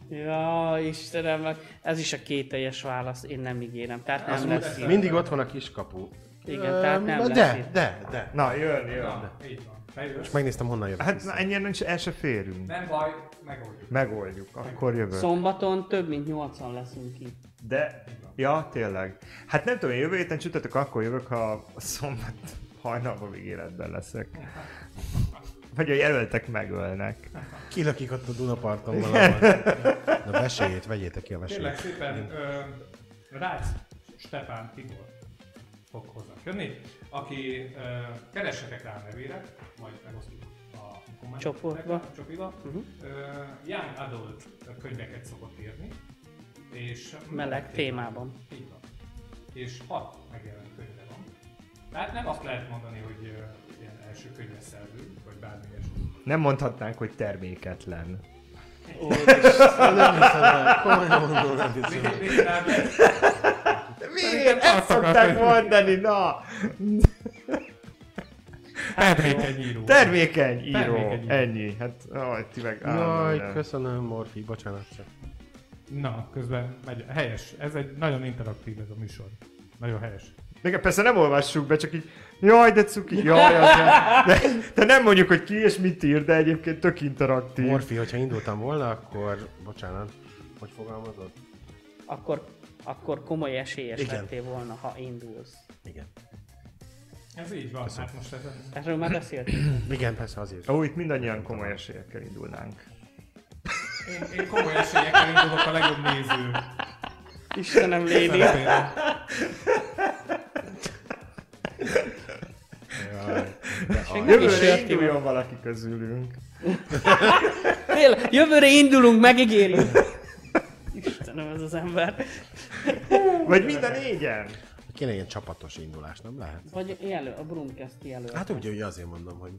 Speaker 2: Ja, Istenem, meg ez is a kételjes válasz, én nem ígérem. Tehát nem lesz így.
Speaker 5: Mindig ott van a kiskapu.
Speaker 2: Igen, tehát nem
Speaker 5: Öm,
Speaker 2: lesz
Speaker 5: de,
Speaker 2: így.
Speaker 5: de, de.
Speaker 4: Na, jön, jön.
Speaker 3: Na, így van. Bejössz.
Speaker 5: Megnéztem, honnan jövök
Speaker 4: Hát
Speaker 5: vissza.
Speaker 4: na, ennyien nincs, el se férünk.
Speaker 3: Nem baj, megoldjuk.
Speaker 4: Megoldjuk, akkor jövök.
Speaker 2: Szombaton több mint 80 leszünk itt.
Speaker 4: De, ja, tényleg. Hát nem tudom, én jövő héten csütörtök, akkor jövök, ha a szombat hajnalban még életben leszek. Vagy a jelöltek megölnek.
Speaker 5: Kilakik ott a Dunaparton valahol. Na vesélyét, vegyétek ki a
Speaker 3: Kérlek
Speaker 5: vesélyét.
Speaker 3: szépen, ö, Rácz Stepán Tibor fog hozzánk jönni. aki ö, keressetek rá a nevére, majd megosztjuk a kommentekben,
Speaker 2: Csoportba. Mhm.
Speaker 3: Csopiba. Uh-huh. Young Adult könyveket szokott írni, és
Speaker 2: Meleg témában.
Speaker 3: Így van. És hat megjelent könyve van. Tehát nem azt lehet mondani, hogy ö, ilyen első könyves szerző, vagy bármi ilyesmi.
Speaker 4: Nem mondhatnánk, hogy terméketlen.
Speaker 3: Még- még inkább
Speaker 4: Miért? Ezt szokták mondani, na!
Speaker 3: Termékeny író.
Speaker 4: Termékeny író.
Speaker 3: Termékeny író.
Speaker 4: Ennyi. Hát, aj, ti meg... á,
Speaker 5: Jaj,
Speaker 4: nem.
Speaker 5: köszönöm, Morfi, bocsánat csak.
Speaker 3: Na, közben megy. Helyes. Ez egy nagyon interaktív ez a műsor. Nagyon helyes.
Speaker 4: Még persze nem olvassuk be, csak így, jaj, de cuki, jaj, az nem. De, de nem mondjuk, hogy ki és mit ír, de egyébként tök interaktív.
Speaker 5: Morfi, hogyha indultam volna, akkor... Bocsánat, hogy fogalmazott?
Speaker 2: Akkor, akkor komoly esélyes
Speaker 5: Igen.
Speaker 2: lettél volna, ha indulsz.
Speaker 5: Igen.
Speaker 3: Ez így van. Hát most ez
Speaker 2: Erről már beszéltünk.
Speaker 5: Igen, persze azért.
Speaker 4: Ó, itt mindannyian komoly esélyekkel indulnánk.
Speaker 3: én, én komoly esélyekkel indulok a legjobb néző.
Speaker 2: Istenem, Léni.
Speaker 3: szerepére.
Speaker 4: Jövőre induljon valaki közülünk.
Speaker 2: Tél, jövőre indulunk, megígérjük. Istenem, ez az ember.
Speaker 4: Vagy mind a négyen.
Speaker 5: Kéne ilyen csapatos indulás, nem lehet?
Speaker 2: Vagy jelöl, a Brumcast jelöl.
Speaker 5: Hát úgy, hogy azért mondom, hogy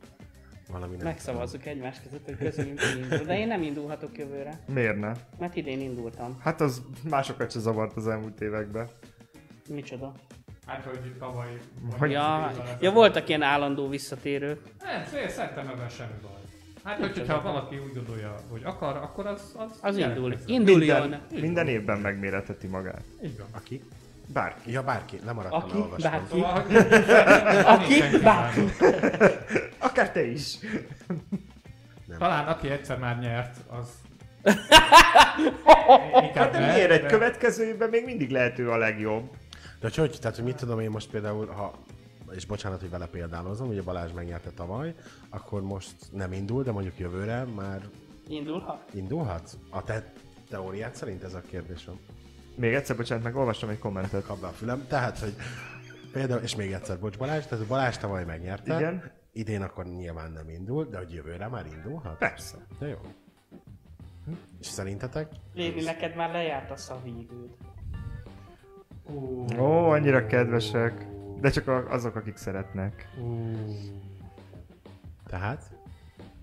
Speaker 5: valami nem...
Speaker 2: Megszavazzuk egymás között, hogy közülünk ki indul. De én nem indulhatok jövőre,
Speaker 4: Miért ne?
Speaker 2: mert idén indultam.
Speaker 4: Hát az másokat se zavart az elmúlt években.
Speaker 2: Micsoda?
Speaker 3: Hát, hogy tavaly...
Speaker 2: Ja,
Speaker 3: vagy-
Speaker 2: ja voltak ilyen állandó visszatérők.
Speaker 3: Nem, szóval én szerintem ebben semmi baj. Hát, hogy, hogyha valaki úgy gondolja, hogy akar, akkor az... Az,
Speaker 2: Az indul.
Speaker 3: jelentkezzen.
Speaker 2: Induljon.
Speaker 4: Minden, minden évben megméretheti magát.
Speaker 3: Így van.
Speaker 5: Aki?
Speaker 4: Bárki.
Speaker 5: Ja, bárki, lemaradtam,
Speaker 2: Aki,
Speaker 5: elolvastam.
Speaker 2: bárki.
Speaker 3: Szóval, hogy aki,
Speaker 2: bárki.
Speaker 4: Akár te is.
Speaker 3: Talán aki egyszer már nyert, az...
Speaker 4: Hát
Speaker 3: Inkább
Speaker 4: de
Speaker 3: ne,
Speaker 4: miért? Egy
Speaker 3: de-
Speaker 4: következő évben még mindig lehető a legjobb.
Speaker 5: De hogy, hogy, tehát hogy mit tudom én most például, ha és bocsánat, hogy vele példálozom, ugye Balázs megnyerte tavaly, akkor most nem indul, de mondjuk jövőre már
Speaker 2: Indulhat?
Speaker 5: indulhatsz? A te teóriád szerint ez a kérdésem.
Speaker 4: Még egyszer, bocsánat, meg olvastam egy kommentet.
Speaker 5: Kap be a fülem. Tehát, hogy például, és még egyszer, bocs Balázs, tehát Balázs tavaly megnyerte.
Speaker 4: Igen.
Speaker 5: Idén akkor nyilván nem indul, de hogy jövőre már indulhat?
Speaker 4: Persze.
Speaker 5: De jó. És szerintetek?
Speaker 2: Léni, neked már lejárt a szavígőd.
Speaker 4: Hát Ó, annyira kedvesek. De csak a- azok, akik szeretnek.
Speaker 5: Tehát?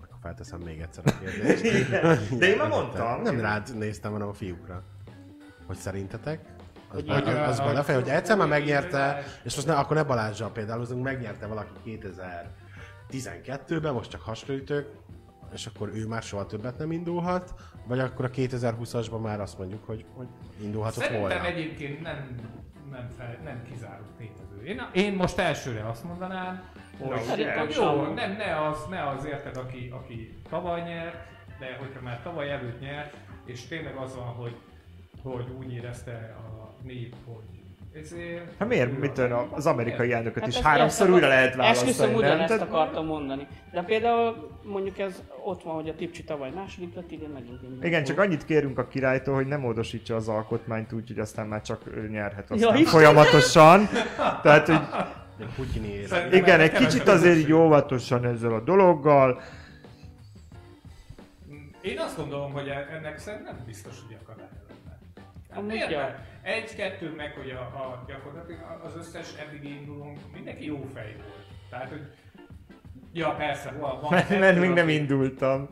Speaker 5: Akkor felteszem még egyszer a kérdést.
Speaker 4: De én már mondtam.
Speaker 5: Nem rád néztem, hanem a fiúkra. Hogy szerintetek? Az,
Speaker 2: Hogy-
Speaker 5: hogy be, az
Speaker 3: hogy-
Speaker 5: belefér, hogy egyszer már
Speaker 3: hogy-
Speaker 5: megnyerte, és most ne, akkor ne Balázsral példálozunk, megnyerte valaki 2012-ben, most csak hasraütők, és akkor ő már soha többet nem indulhat, vagy akkor a 2020-asban már azt mondjuk, hogy, hogy indulhatott
Speaker 3: Szerintem
Speaker 5: volna.
Speaker 3: egyébként nem, nem, fel, nem kizáró tényező. Én, én most elsőre azt mondanám, hogy
Speaker 2: Szerintem
Speaker 3: hogy
Speaker 2: sem.
Speaker 3: jó, nem, ne az, ne az érted, aki, aki tavaly nyert, de hogyha már tavaly előtt nyert, és tényleg az van, hogy, hogy úgy érezte a nép, hogy ezért...
Speaker 4: Hát miért? Mit tudom, az
Speaker 2: Hát
Speaker 4: amerikai elnököt is
Speaker 2: ezt
Speaker 4: háromszor
Speaker 2: értem,
Speaker 4: újra lehet
Speaker 2: Esküszöm,
Speaker 4: választani, nem?
Speaker 2: ugyanezt
Speaker 4: Tehát,
Speaker 2: akartam mondani. De például mondjuk ez ott van, hogy a Tipcsi tavaly második lett, idén megint indult.
Speaker 4: igen, csak annyit kérünk a királytól, hogy nem módosítsa az alkotmányt úgy, hogy aztán már csak ő nyerhet aztán
Speaker 2: Istenem!
Speaker 4: folyamatosan. Tehát, hogy
Speaker 5: Putyini ér.
Speaker 3: Szerintem
Speaker 4: igen,
Speaker 3: erre
Speaker 4: egy kicsit
Speaker 3: kevesebb
Speaker 4: azért így
Speaker 3: szükség.
Speaker 4: óvatosan ezzel a dologgal.
Speaker 3: Én azt gondolom, hogy e- ennek szerintem nem biztos, hogy akadálya lenne. Hát
Speaker 2: Amúgy
Speaker 3: miért
Speaker 2: ja.
Speaker 3: ne? Egy-kettő meg, hogy a, a gyakorlatilag az összes eddig indulónk, mindenki jó fej volt. Tehát, hogy Ja, persze, van. van
Speaker 4: Mert,
Speaker 3: kettő,
Speaker 4: mert még nem
Speaker 3: aki-
Speaker 4: indultam.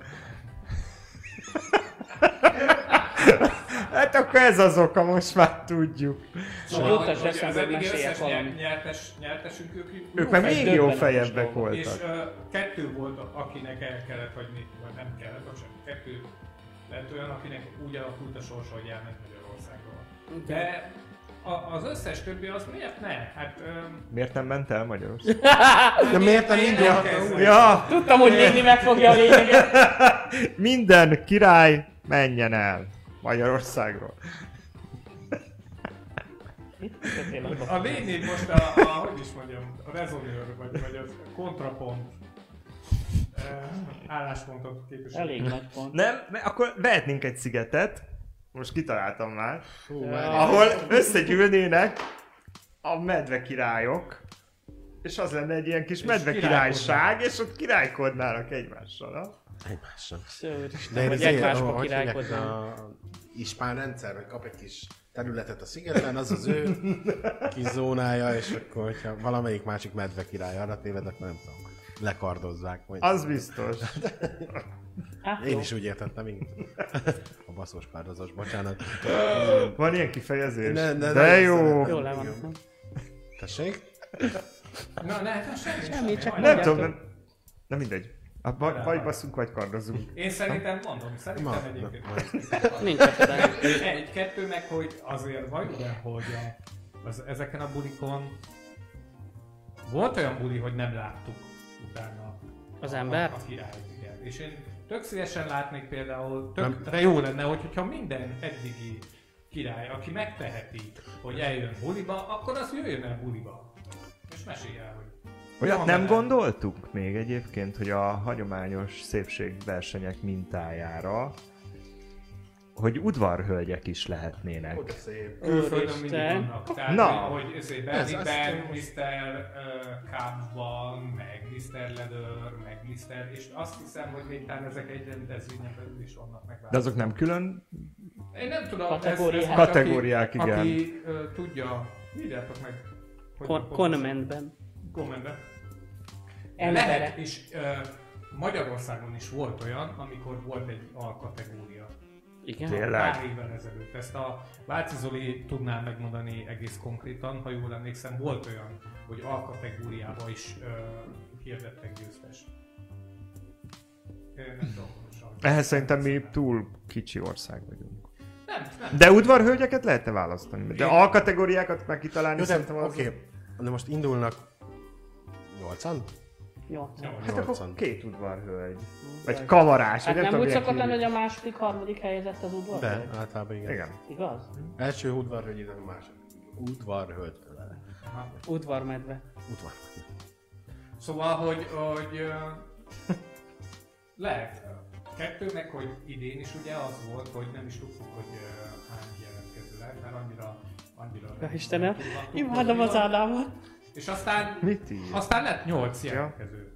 Speaker 4: Hát akkor ez az oka, most már tudjuk.
Speaker 3: Szóval,
Speaker 2: Jót az
Speaker 3: hogy
Speaker 2: eszembe,
Speaker 3: az eddig
Speaker 2: meséljek
Speaker 3: összes nyer-
Speaker 2: valamit.
Speaker 3: nyertes, nyertesünk, ők,
Speaker 4: Ők meg még jó
Speaker 2: döbbenetes
Speaker 4: fejebbek
Speaker 2: dolgok.
Speaker 3: És
Speaker 4: voltak.
Speaker 3: ö, kettő volt, akinek el kellett hagyni, vagy nem kellett, bocsánat, kettő lett olyan, akinek úgy alakult a sorsa, hogy elment Magyarországról. De a, az összes többi az miért ne? Hát, öm,
Speaker 4: Miért nem ment el Magyarország?
Speaker 5: De miért nem
Speaker 3: én
Speaker 5: indulhat?
Speaker 3: elkezdem.
Speaker 4: ja,
Speaker 2: Tudtam, hogy Léni megfogja a lényeget.
Speaker 4: Minden király menjen el Magyarországról.
Speaker 2: Mit beszélek abban?
Speaker 3: A lényeg most a, a, hogy is mondjam, a rezonőr, vagy, vagy az kontrapont ö, álláspontot képvisel.
Speaker 2: Elég nagy pont.
Speaker 4: Nem, mert akkor vehetnénk egy szigetet, most kitaláltam már,
Speaker 5: Hú, várj.
Speaker 4: ahol összegyűlnének a medve királyok, és az lenne egy ilyen kis medve királyság, és ott királykodnának egymással. Na?
Speaker 5: Egymással.
Speaker 2: De hogy egymásba királykodnánk.
Speaker 5: a ispán rendszer, hogy kap egy kis területet a szigeten, az az ő kis zónája, és akkor, hogyha valamelyik másik medve király arra téved, akkor nem tudom, lekardozzák. Vagy.
Speaker 4: Az biztos.
Speaker 2: Hát jó.
Speaker 5: Én is úgy értettem, igen. A baszos párdozás, bocsánat.
Speaker 4: Van ilyen kifejezés?
Speaker 5: Ne, ne,
Speaker 4: De
Speaker 5: ne,
Speaker 4: jó!
Speaker 2: Jól le van.
Speaker 5: Tessék?
Speaker 3: Na, ne, hát semmi.
Speaker 2: Semmi, csak
Speaker 4: Nem
Speaker 2: mondjátok.
Speaker 4: tudom, nem... Na mindegy. A, vagy, vagy baszunk, vagy kardozunk.
Speaker 3: Én szerintem mondom,
Speaker 5: Ma,
Speaker 3: szerintem
Speaker 5: na,
Speaker 3: egyébként.
Speaker 5: ma.
Speaker 2: Nincs akadály.
Speaker 3: Egy, kettő, meg hogy azért vagy ugye, hogy a- az, ezeken a bulikon volt olyan buli, hogy nem láttuk utána
Speaker 2: Az
Speaker 3: a-
Speaker 2: embert?
Speaker 3: A királyt, igen. És én tök szívesen látnék például,
Speaker 5: Nem.
Speaker 3: tökre jó lenne, hogy, hogyha minden eddigi király, aki megteheti, hogy eljön buliba, akkor az jöjjön el buliba. És mesélj el, hogy...
Speaker 4: Olyat
Speaker 3: van
Speaker 4: nem
Speaker 3: benne.
Speaker 4: gondoltuk még egyébként, hogy a hagyományos szépségversenyek mintájára, hogy udvarhölgyek is lehetnének.
Speaker 5: Oda szép.
Speaker 3: Külföldön mindig
Speaker 2: Úristen.
Speaker 3: vannak. Tehát,
Speaker 4: Na.
Speaker 3: hogy, hogy ezért
Speaker 5: Ez azt
Speaker 3: Berlinben
Speaker 5: én most-
Speaker 3: Mr. ö, Cup van, meg Mr. Leather, meg Mr. És azt hiszem, hogy még talán ezek egy rendezvényen belül is vannak meg.
Speaker 4: De azok nem külön?
Speaker 3: Én nem tudom, ez-
Speaker 2: Kategóriák.
Speaker 3: ez,
Speaker 4: Kategóriák,
Speaker 3: aki,
Speaker 4: igen.
Speaker 3: Aki ö, tudja, írjátok meg. hogy-
Speaker 2: Kon- Konmentben.
Speaker 3: Kommentben.
Speaker 2: Emberek.
Speaker 3: Lehet, és ö, Magyarországon is volt olyan, amikor volt egy alkategória.
Speaker 2: Igen.
Speaker 4: Tényleg?
Speaker 3: Pár évvel ezelőtt. Ezt a Váci Zoli tudná megmondani egész konkrétan, ha jól emlékszem, volt olyan, hogy alkategóriába is ö, hirdettek győztes. Ö, nem tudom, pontosan.
Speaker 4: Ehhez szerintem mi túl kicsi ország vagyunk.
Speaker 3: Nem, nem.
Speaker 4: De udvarhölgyeket lehetne választani. De alkategóriákat meg kitalálni
Speaker 5: Jó, de,
Speaker 4: szerintem az...
Speaker 5: oké. De most indulnak nyolcan?
Speaker 2: Jó.
Speaker 4: Hát
Speaker 5: Nyolcan.
Speaker 4: akkor két udvarhölgy. Vagy kavarás,
Speaker 2: Hát
Speaker 4: vagy
Speaker 2: nem úgy
Speaker 4: milyen
Speaker 2: szokott lenni,
Speaker 4: hívjuk.
Speaker 2: hogy a második, harmadik helyezett az udvar?
Speaker 5: De, általában igen.
Speaker 4: Igen.
Speaker 2: Igaz?
Speaker 5: Első udvarhölgy, de második. Udvarhölgy.
Speaker 2: Udvarmedve.
Speaker 5: Udvar.
Speaker 3: Szóval, hogy, hogy ö, lehet. Kettő meg, hogy idén is ugye az volt, hogy nem is tudtuk, hogy ö, hány jelentkező lehet, mert annyira, annyira...
Speaker 2: Ja, Istenem,
Speaker 3: tudhattuk, hogy
Speaker 2: imádom
Speaker 3: mi
Speaker 2: az
Speaker 3: van.
Speaker 2: állámat.
Speaker 3: És aztán,
Speaker 4: Mit ír?
Speaker 3: aztán lett 8
Speaker 4: Ja.
Speaker 3: jelentkező.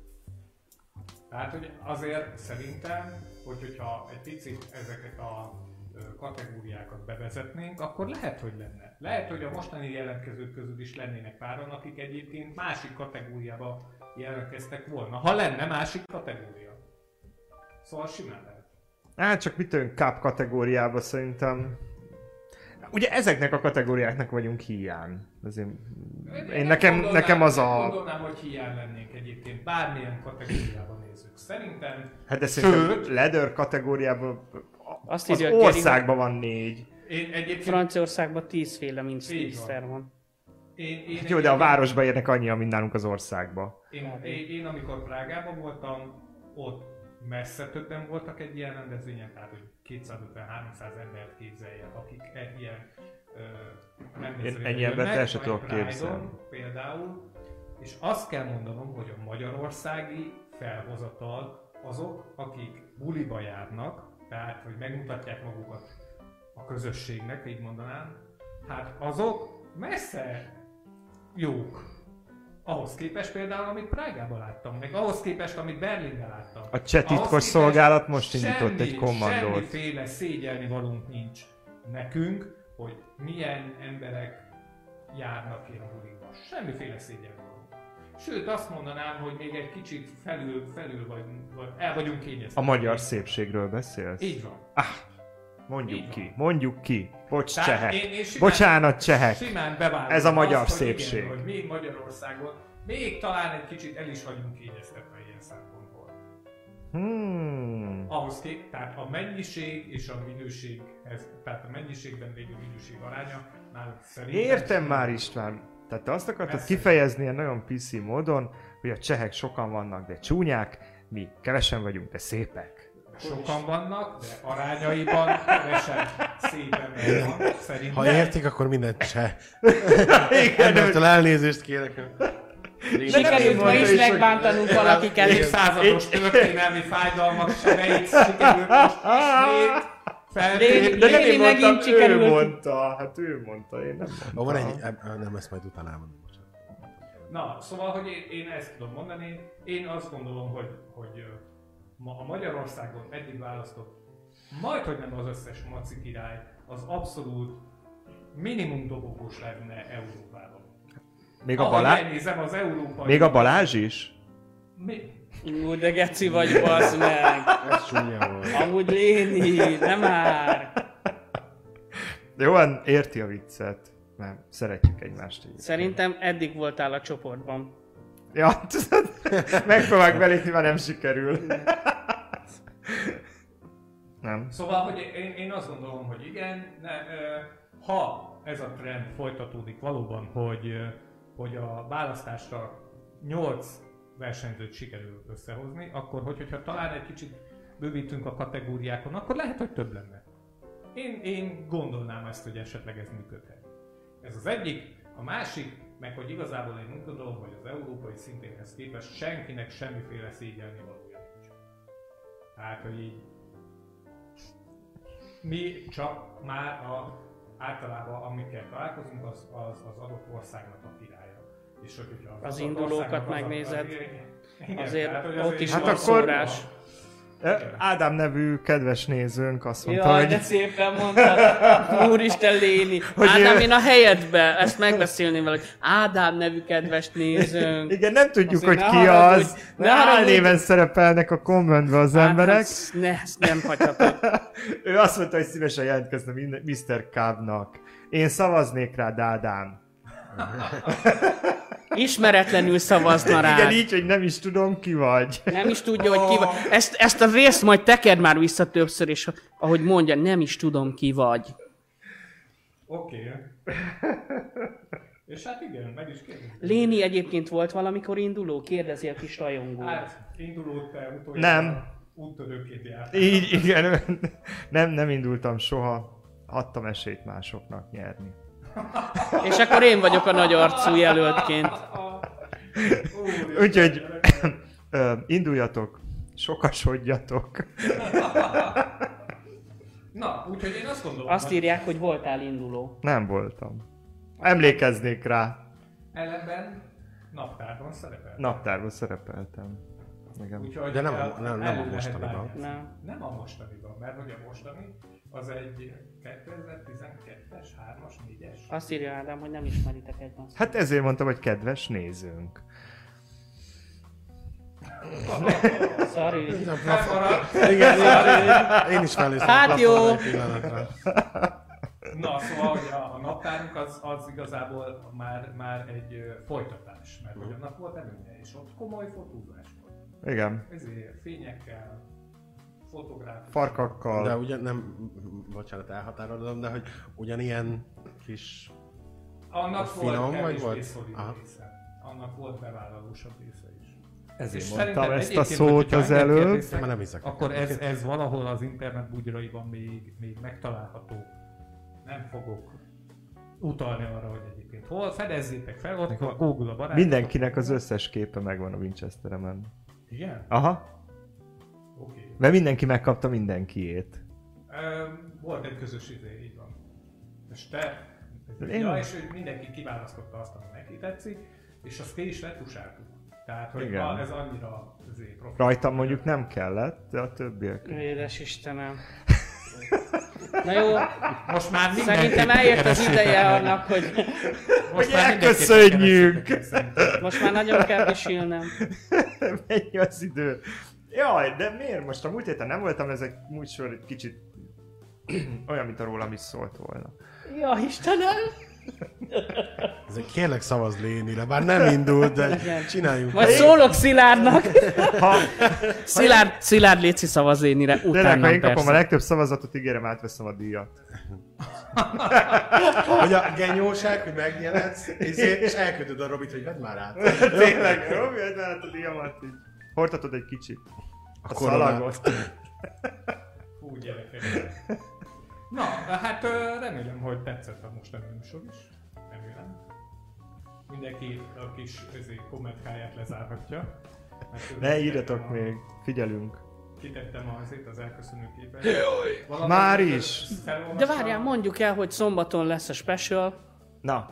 Speaker 3: Tehát, hogy azért szerintem, hogy, hogyha egy picit ezeket a ö, kategóriákat bevezetnénk, akkor lehet, hogy lenne. Lehet, hogy a mostani jelentkezők közül is lennének páran, akik egyébként másik kategóriába jelentkeztek volna. Ha lenne másik kategória. Szóval simán lehet.
Speaker 4: Hát csak mit tőlünk káp kategóriába szerintem. Ugye ezeknek a kategóriáknak vagyunk hiány. Azért én
Speaker 3: nem
Speaker 4: nekem,
Speaker 3: gondolnám-
Speaker 4: nekem az
Speaker 3: nem
Speaker 4: a...
Speaker 3: Gondolnám, hogy hiány lennénk egyébként bármilyen kategóriában nézzük. Szerintem
Speaker 4: Hát de szerintem
Speaker 3: Sőt.
Speaker 4: ledör kategóriában
Speaker 2: Azt
Speaker 4: az
Speaker 2: írja Geri, hogy
Speaker 4: országban van négy.
Speaker 3: én egyébként...
Speaker 2: Franciaországban tízféle
Speaker 3: Így
Speaker 2: miniszer
Speaker 3: van.
Speaker 2: van.
Speaker 3: Én, én
Speaker 4: Hát Jó, de a
Speaker 3: egyébként-
Speaker 4: városba érnek annyi, mint nálunk az országba.
Speaker 3: Én, én, én amikor Prágában voltam, ott messze többen voltak egy ilyen rendezvényen, tehát hogy 250-300 embert képzelj el, akik egy ilyen ö, rendezvényen
Speaker 4: ennyi embert
Speaker 3: jönnek,
Speaker 4: el se
Speaker 3: vagy
Speaker 4: tudok
Speaker 3: Pride-on
Speaker 4: képzelni.
Speaker 3: Például, és azt kell mondanom, hogy a magyarországi felhozatal azok, akik buliba járnak, tehát hogy megmutatják magukat a közösségnek, így mondanám, hát azok messze jók. Ahhoz képest például, amit Prágában láttam, meg ahhoz képest, amit Berlinben láttam.
Speaker 4: A cseh titkos
Speaker 3: Ahhoz képest
Speaker 4: szolgálat most indított egy kommandót.
Speaker 3: Semmiféle szégyelni valunk nincs nekünk, hogy milyen emberek járnak ilyen buliba. Semmiféle szégyelni valunk. Sőt, azt mondanám, hogy még egy kicsit felül, felül vagy, vagy el vagyunk kényezve.
Speaker 4: A magyar szépségről beszélsz? Ah,
Speaker 3: Így van.
Speaker 4: Mondjuk
Speaker 3: így
Speaker 4: ki,
Speaker 3: van.
Speaker 4: mondjuk ki. Bocs,
Speaker 3: Tehát
Speaker 4: csehek.
Speaker 3: én- én simán-
Speaker 4: Bocsánat, csehek.
Speaker 3: Simán bevállalom
Speaker 4: Ez a magyar
Speaker 3: azt, hogy
Speaker 4: szépség.
Speaker 3: Igen, hogy mi Magyarországon még talán egy kicsit el is vagyunk kényeztetve ilyen szempontból.
Speaker 4: Hmm.
Speaker 3: Ahhoz kép, tehát a mennyiség és a minőség, ez, tehát a mennyiségben lévő minőség aránya nálunk szerintem...
Speaker 4: Értem már István. Tehát te azt akartad
Speaker 3: Persze.
Speaker 4: kifejezni ilyen nagyon PC módon, hogy a csehek sokan vannak, de csúnyák, mi kevesen vagyunk, de szépek.
Speaker 3: Sokan vannak, de arányaiban kevesen szépen van, szerintem.
Speaker 5: Ha értik, akkor mindent se.
Speaker 4: Igen, de,
Speaker 5: Embertől elnézést kérek.
Speaker 2: Sikerült ma
Speaker 4: mondta
Speaker 2: is
Speaker 4: is, hogy-
Speaker 2: megbántanunk valakiket.
Speaker 3: évszázados történelmi fájdalmak sebeit sikerült most ismét felfér.
Speaker 2: Léni-
Speaker 4: de nem
Speaker 2: Léni
Speaker 4: én mondtam,
Speaker 2: megint
Speaker 4: ő
Speaker 2: sikerült.
Speaker 4: mondta. Hát ő mondta, én nem mondtam.
Speaker 5: Ó, van egy... em- Á, Nem, ezt majd utána elmondom. bocsánat.
Speaker 3: Na, szóval, hogy én, én ezt tudom mondani, én azt gondolom, hogy, hogy ö, ma a Magyarországon eddig választott, majd hogy nem az összes maci király, az abszolút minimum dobogós lenne Európában.
Speaker 4: Még a,
Speaker 3: Ahogy
Speaker 4: Balá...
Speaker 3: Elnézem az európai...
Speaker 4: Még a Balázs is?
Speaker 3: Mi?
Speaker 2: Ú, de geci vagy, bazd meg.
Speaker 5: Ez csúnya volt.
Speaker 2: Amúgy Léni, nem már.
Speaker 4: Jóan érti a viccet. Nem, szeretjük egymást. Így.
Speaker 2: Szerintem eddig voltál a csoportban.
Speaker 4: Ja, tudod, megpróbálok belépni, már nem sikerül. Nem.
Speaker 3: Szóval, hogy én, én azt gondolom, hogy igen, ne, ö, ha ez a trend folytatódik valóban, hogy, ö, hogy a választásra 8 versenyzőt sikerül összehozni, akkor hogy, hogyha talán egy kicsit bővítünk a kategóriákon, akkor lehet, hogy több lenne. Én, én gondolnám ezt, hogy esetleg ez működhet. Ez az egyik. A másik, meg hogy igazából én úgy gondolom, hogy az európai szintéhez képest senkinek semmiféle szégyelni valója nincs. Tehát, hogy így mi csak már a, általában amikkel találkozunk, az, az, az adott országnak a királya. És hogy, hogyha
Speaker 2: Az
Speaker 3: adott
Speaker 2: indulókat
Speaker 3: országnak az a-
Speaker 2: megnézed,
Speaker 3: igen,
Speaker 2: azért
Speaker 3: hogy
Speaker 2: ott is
Speaker 4: van
Speaker 2: szórás.
Speaker 4: Ö, Ádám nevű kedves nézőnk azt mondta,
Speaker 2: Jaj, de
Speaker 4: hogy
Speaker 2: szépen mondtad. Úristen Léni.
Speaker 4: Hogy
Speaker 2: Ádám,
Speaker 4: ő-
Speaker 2: én a helyedbe ezt megbeszélném veled. Ádám nevű kedves nézőnk.
Speaker 4: igen, nem tudjuk,
Speaker 2: Azért
Speaker 4: hogy
Speaker 2: ne
Speaker 4: ki
Speaker 2: haragudj,
Speaker 4: az.
Speaker 2: ne
Speaker 4: Ne
Speaker 2: haragudj.
Speaker 4: néven szerepelnek a kommentben az emberek.
Speaker 2: Hát, hát, ne, ezt nem hagyhatod.
Speaker 4: Ő azt mondta, hogy szívesen jelentkezne minden- Mr. Kábnak. Én szavaznék rá, Dádám.
Speaker 2: Ismeretlenül szavazna rád.
Speaker 4: Igen, így, Oh. hogy nem is tudom, ki vagy.
Speaker 2: Nem is tudja, hogy ki vagy. Ezt, ezt a részt majd tekerd már vissza többször, és ahogy mondja, nem is tudom, ki vagy.
Speaker 3: Oké. És hát igen, meg is kérdezik.
Speaker 2: Léni egyébként volt valamikor induló? Kérdezi a kis rajongó.
Speaker 3: Hát, induló te utoljára.
Speaker 4: Nem.
Speaker 3: Úttörőként jártál.
Speaker 4: Így, igen. Nem, nem indultam soha. Adtam esélyt másoknak nyerni.
Speaker 2: És akkor én vagyok a nagy arcú jelöltként.
Speaker 3: Úr,
Speaker 4: Úgyhogy ö, induljatok, sokasodjatok.
Speaker 3: Na, úgyhogy én azt gondolom,
Speaker 2: Azt
Speaker 3: hogy
Speaker 2: írják, hogy voltál induló.
Speaker 4: Nem voltam. Emlékeznék rá.
Speaker 3: ellenben naptárban szerepel.
Speaker 4: Naptárban szerepeltem. Igen.
Speaker 3: Úgyhogy
Speaker 5: De nem a-
Speaker 3: el-
Speaker 5: nem- nem a
Speaker 3: elő lehet
Speaker 5: mostaniban.
Speaker 3: vágni.
Speaker 2: Nem.
Speaker 3: Nem a mostaniban, mert hogy a mostani az egy 2012-es, 3-as, 4-es.
Speaker 2: Azt írja Ádám, hogy nem ismeritek egymást.
Speaker 4: Hát ezért mondtam, hogy kedves nézőnk.
Speaker 2: Sorry.
Speaker 3: Elmaradt.
Speaker 5: Igen, én- én is felőztem
Speaker 2: Hát
Speaker 5: a
Speaker 2: jó.
Speaker 5: plafonra egy pillanatra.
Speaker 3: Na, szóval, hogy a, a naptárunk az, az igazából már, már egy ö, folytatás, mert hogy annak volt előnye, és ott komoly fotózás volt.
Speaker 4: Igen.
Speaker 3: Ezért fényekkel, fotográfus.
Speaker 4: Farkakkal.
Speaker 5: De ugyan nem, bocsánat, elhatárolom, de hogy ugyanilyen kis...
Speaker 3: Annak
Speaker 5: Az
Speaker 3: volt
Speaker 5: finom vagy
Speaker 3: kevésbé
Speaker 5: volt?
Speaker 3: szolid
Speaker 5: Aha.
Speaker 3: része. Annak volt bevállalósabb része is.
Speaker 4: Ezért
Speaker 3: És
Speaker 4: mondtam
Speaker 3: szerintem
Speaker 4: ezt a
Speaker 3: egyébként,
Speaker 4: szót
Speaker 3: hogyha
Speaker 4: az
Speaker 3: engem
Speaker 4: előbb.
Speaker 3: kérdeztek,
Speaker 5: Én már nem hiszek.
Speaker 3: Akkor ez, ez valahol az internet bugyraiban még, még megtalálható. Nem fogok utalni arra, hogy egyébként hol. Fedezzétek fel, ott a Google a barát.
Speaker 4: Mindenkinek az összes képe megvan a Winchesteremen.
Speaker 3: Igen?
Speaker 4: Aha.
Speaker 3: Oké. Okay.
Speaker 4: Mert mindenki megkapta mindenkiét.
Speaker 3: Öm, volt egy közös izé, így van. És te,
Speaker 4: Én-
Speaker 3: ja, és hogy mindenki kiválasztotta azt, ami neki tetszik, és azt ki is letusáltuk. Tehát, hogy
Speaker 4: Igen.
Speaker 3: na, ez annyira azért profi.
Speaker 4: Rajtam mondjuk nem kellett, de a többiek.
Speaker 2: Édes Istenem. Na jó,
Speaker 3: Most már mindenki
Speaker 2: szerintem eljött az ideje annak, hogy
Speaker 3: Most
Speaker 4: Hogy
Speaker 3: már mindenképpen
Speaker 4: elköszönjünk!
Speaker 3: keresitek szerintem.
Speaker 2: most már nagyon kell pisilnem.
Speaker 4: Mennyi az idő? Jaj, de miért most a múlt héten nem voltam, ez egy múlt sor egy kicsit olyan, mint a rólam is szólt volna.
Speaker 2: Ja, Istenem!
Speaker 5: Ezért kérlek szavaz Lénire, bár nem indult, de csináljuk.
Speaker 2: Majd szólok Szilárdnak. Szilárd, Szilárd léci szavaz énire,
Speaker 4: Tényleg, ha
Speaker 2: utána
Speaker 4: én kapom a
Speaker 2: persze.
Speaker 4: legtöbb szavazatot, ígérem, átveszem a díjat.
Speaker 5: Hogy a genyóság, hogy megjelensz, és, és elkötöd a Robit, hogy vedd már át.
Speaker 4: Tényleg, jó, miért a díjamat így? Hordhatod egy kicsit. A
Speaker 5: koronát.
Speaker 4: szalagot.
Speaker 3: Hú, gyerekek. Na, hát ö, remélem, hogy tetszett a mostani műsor is. Remélem. Mindenki a kis közé kommentkáját lezárhatja. Mert
Speaker 4: Ne
Speaker 3: ő-
Speaker 4: írjatok még, figyelünk.
Speaker 3: Kitettem az itt az elköszönő képet. Valamelyik
Speaker 4: Már is?
Speaker 3: felolvassa-
Speaker 2: De várjál, mondjuk el, hogy szombaton lesz a special,
Speaker 4: Na,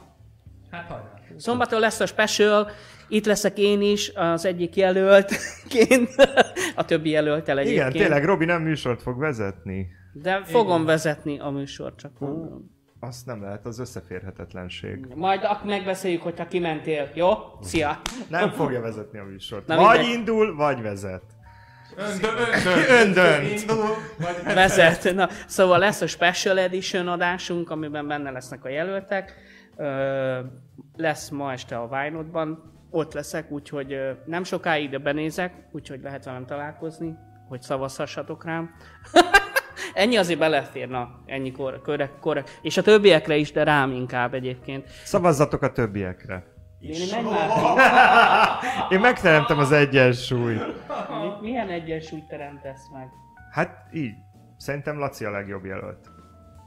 Speaker 7: Hát hajrá.
Speaker 2: Szombaton lesz a special, itt leszek én is az egyik jelöltként, a többi jelöltel
Speaker 4: Igen,
Speaker 2: egyébként.
Speaker 4: tényleg Robi nem műsort fog vezetni.
Speaker 2: De fogom vezetni a műsort, csak mondom.
Speaker 4: Azt nem lehet, az összeférhetetlenség.
Speaker 2: Majd ak- megbeszéljük, hogyha kimentél, jó? Szia!
Speaker 4: Nem fogja vezetni a műsort.
Speaker 2: Na
Speaker 4: vagy
Speaker 2: mindegy.
Speaker 4: indul, vagy vezet.
Speaker 7: Öndöm, öndöm.
Speaker 4: Öndönt.
Speaker 7: Indul, vagy
Speaker 2: Vezet. Na, szóval lesz a special edition adásunk, amiben benne lesznek a jelöltek. Ö, lesz ma este a Vájnodban. Ott leszek, úgyhogy ö, nem sokáig, de benézek, úgyhogy lehet velem találkozni, hogy szavazhassatok rám. Ennyi azért beleférna, ennyi kor, korrekt, korrekt. És a többiekre is, de rám inkább egyébként.
Speaker 4: Szavazzatok a többiekre.
Speaker 2: Én menj már!
Speaker 4: Én megteremtem az egyensúlyt.
Speaker 2: Mi- Milyen egyensúlyt teremtesz meg,
Speaker 4: Hát így. Szerintem Laci a legjobb jelölt.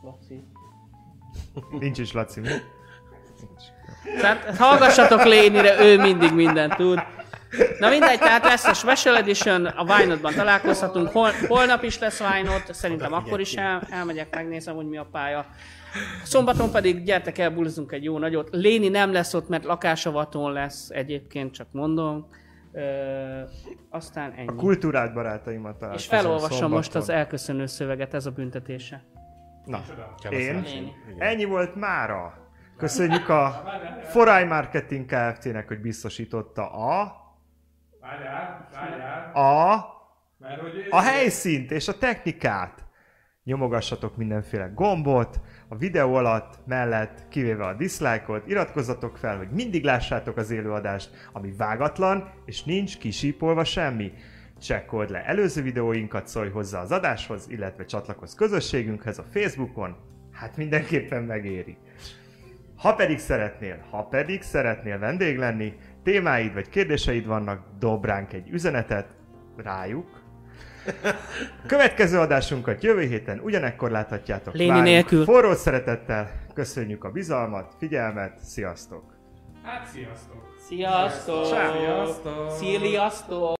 Speaker 2: Laci?
Speaker 4: Nincs is Laci. Mi?
Speaker 2: Tehát hallgassatok Lénire, ő mindig mindent tud. Na mindegy, tehát lesz a Special Edition, a Vájnotban találkozhatunk, Hol, holnap is lesz Vájnot, szerintem akkor is el, elmegyek, megnézem, hogy mi a pálya. Szombaton pedig gyertek el, bulizunk egy jó nagyot. Léni nem lesz ott, mert lakásavaton lesz egyébként, csak mondom. Ö, aztán ennyi.
Speaker 4: A kultúrát barátaimat
Speaker 2: És
Speaker 4: találkozom
Speaker 2: felolvasom most az e-
Speaker 4: szombaton.
Speaker 2: elköszönő szöveget, ez a büntetése.
Speaker 4: Na, én.
Speaker 2: Léni.
Speaker 4: Ennyi volt mára. Köszönjük a Foray Marketing Kft-nek, hogy biztosította a...
Speaker 7: Várjál, várjál,
Speaker 4: a...
Speaker 7: mert hogy...
Speaker 4: a helyszínt és a technikát. Nyomogassatok mindenféle gombot, a videó alatt, mellett, kivéve a dislike-ot, iratkozzatok fel, hogy mindig lássátok az élőadást, ami vágatlan, és nincs kisípolva semmi. Csekkold le előző videóinkat, szólj hozzá az adáshoz, illetve csatlakozz közösségünkhez a Facebookon, hát mindenképpen megéri. Ha pedig szeretnél, ha pedig szeretnél vendég lenni, témáid vagy kérdéseid vannak, dob ránk egy üzenetet, rájuk. Következő adásunkat jövő héten ugyanekkor láthatjátok.
Speaker 2: Léni
Speaker 4: Várjuk
Speaker 2: nélkül.
Speaker 4: Forró szeretettel, köszönjük a bizalmat, figyelmet, sziasztok!
Speaker 7: Hát sziasztok.
Speaker 2: Sziasztok!
Speaker 7: Sziasztok!
Speaker 2: Sziasztok!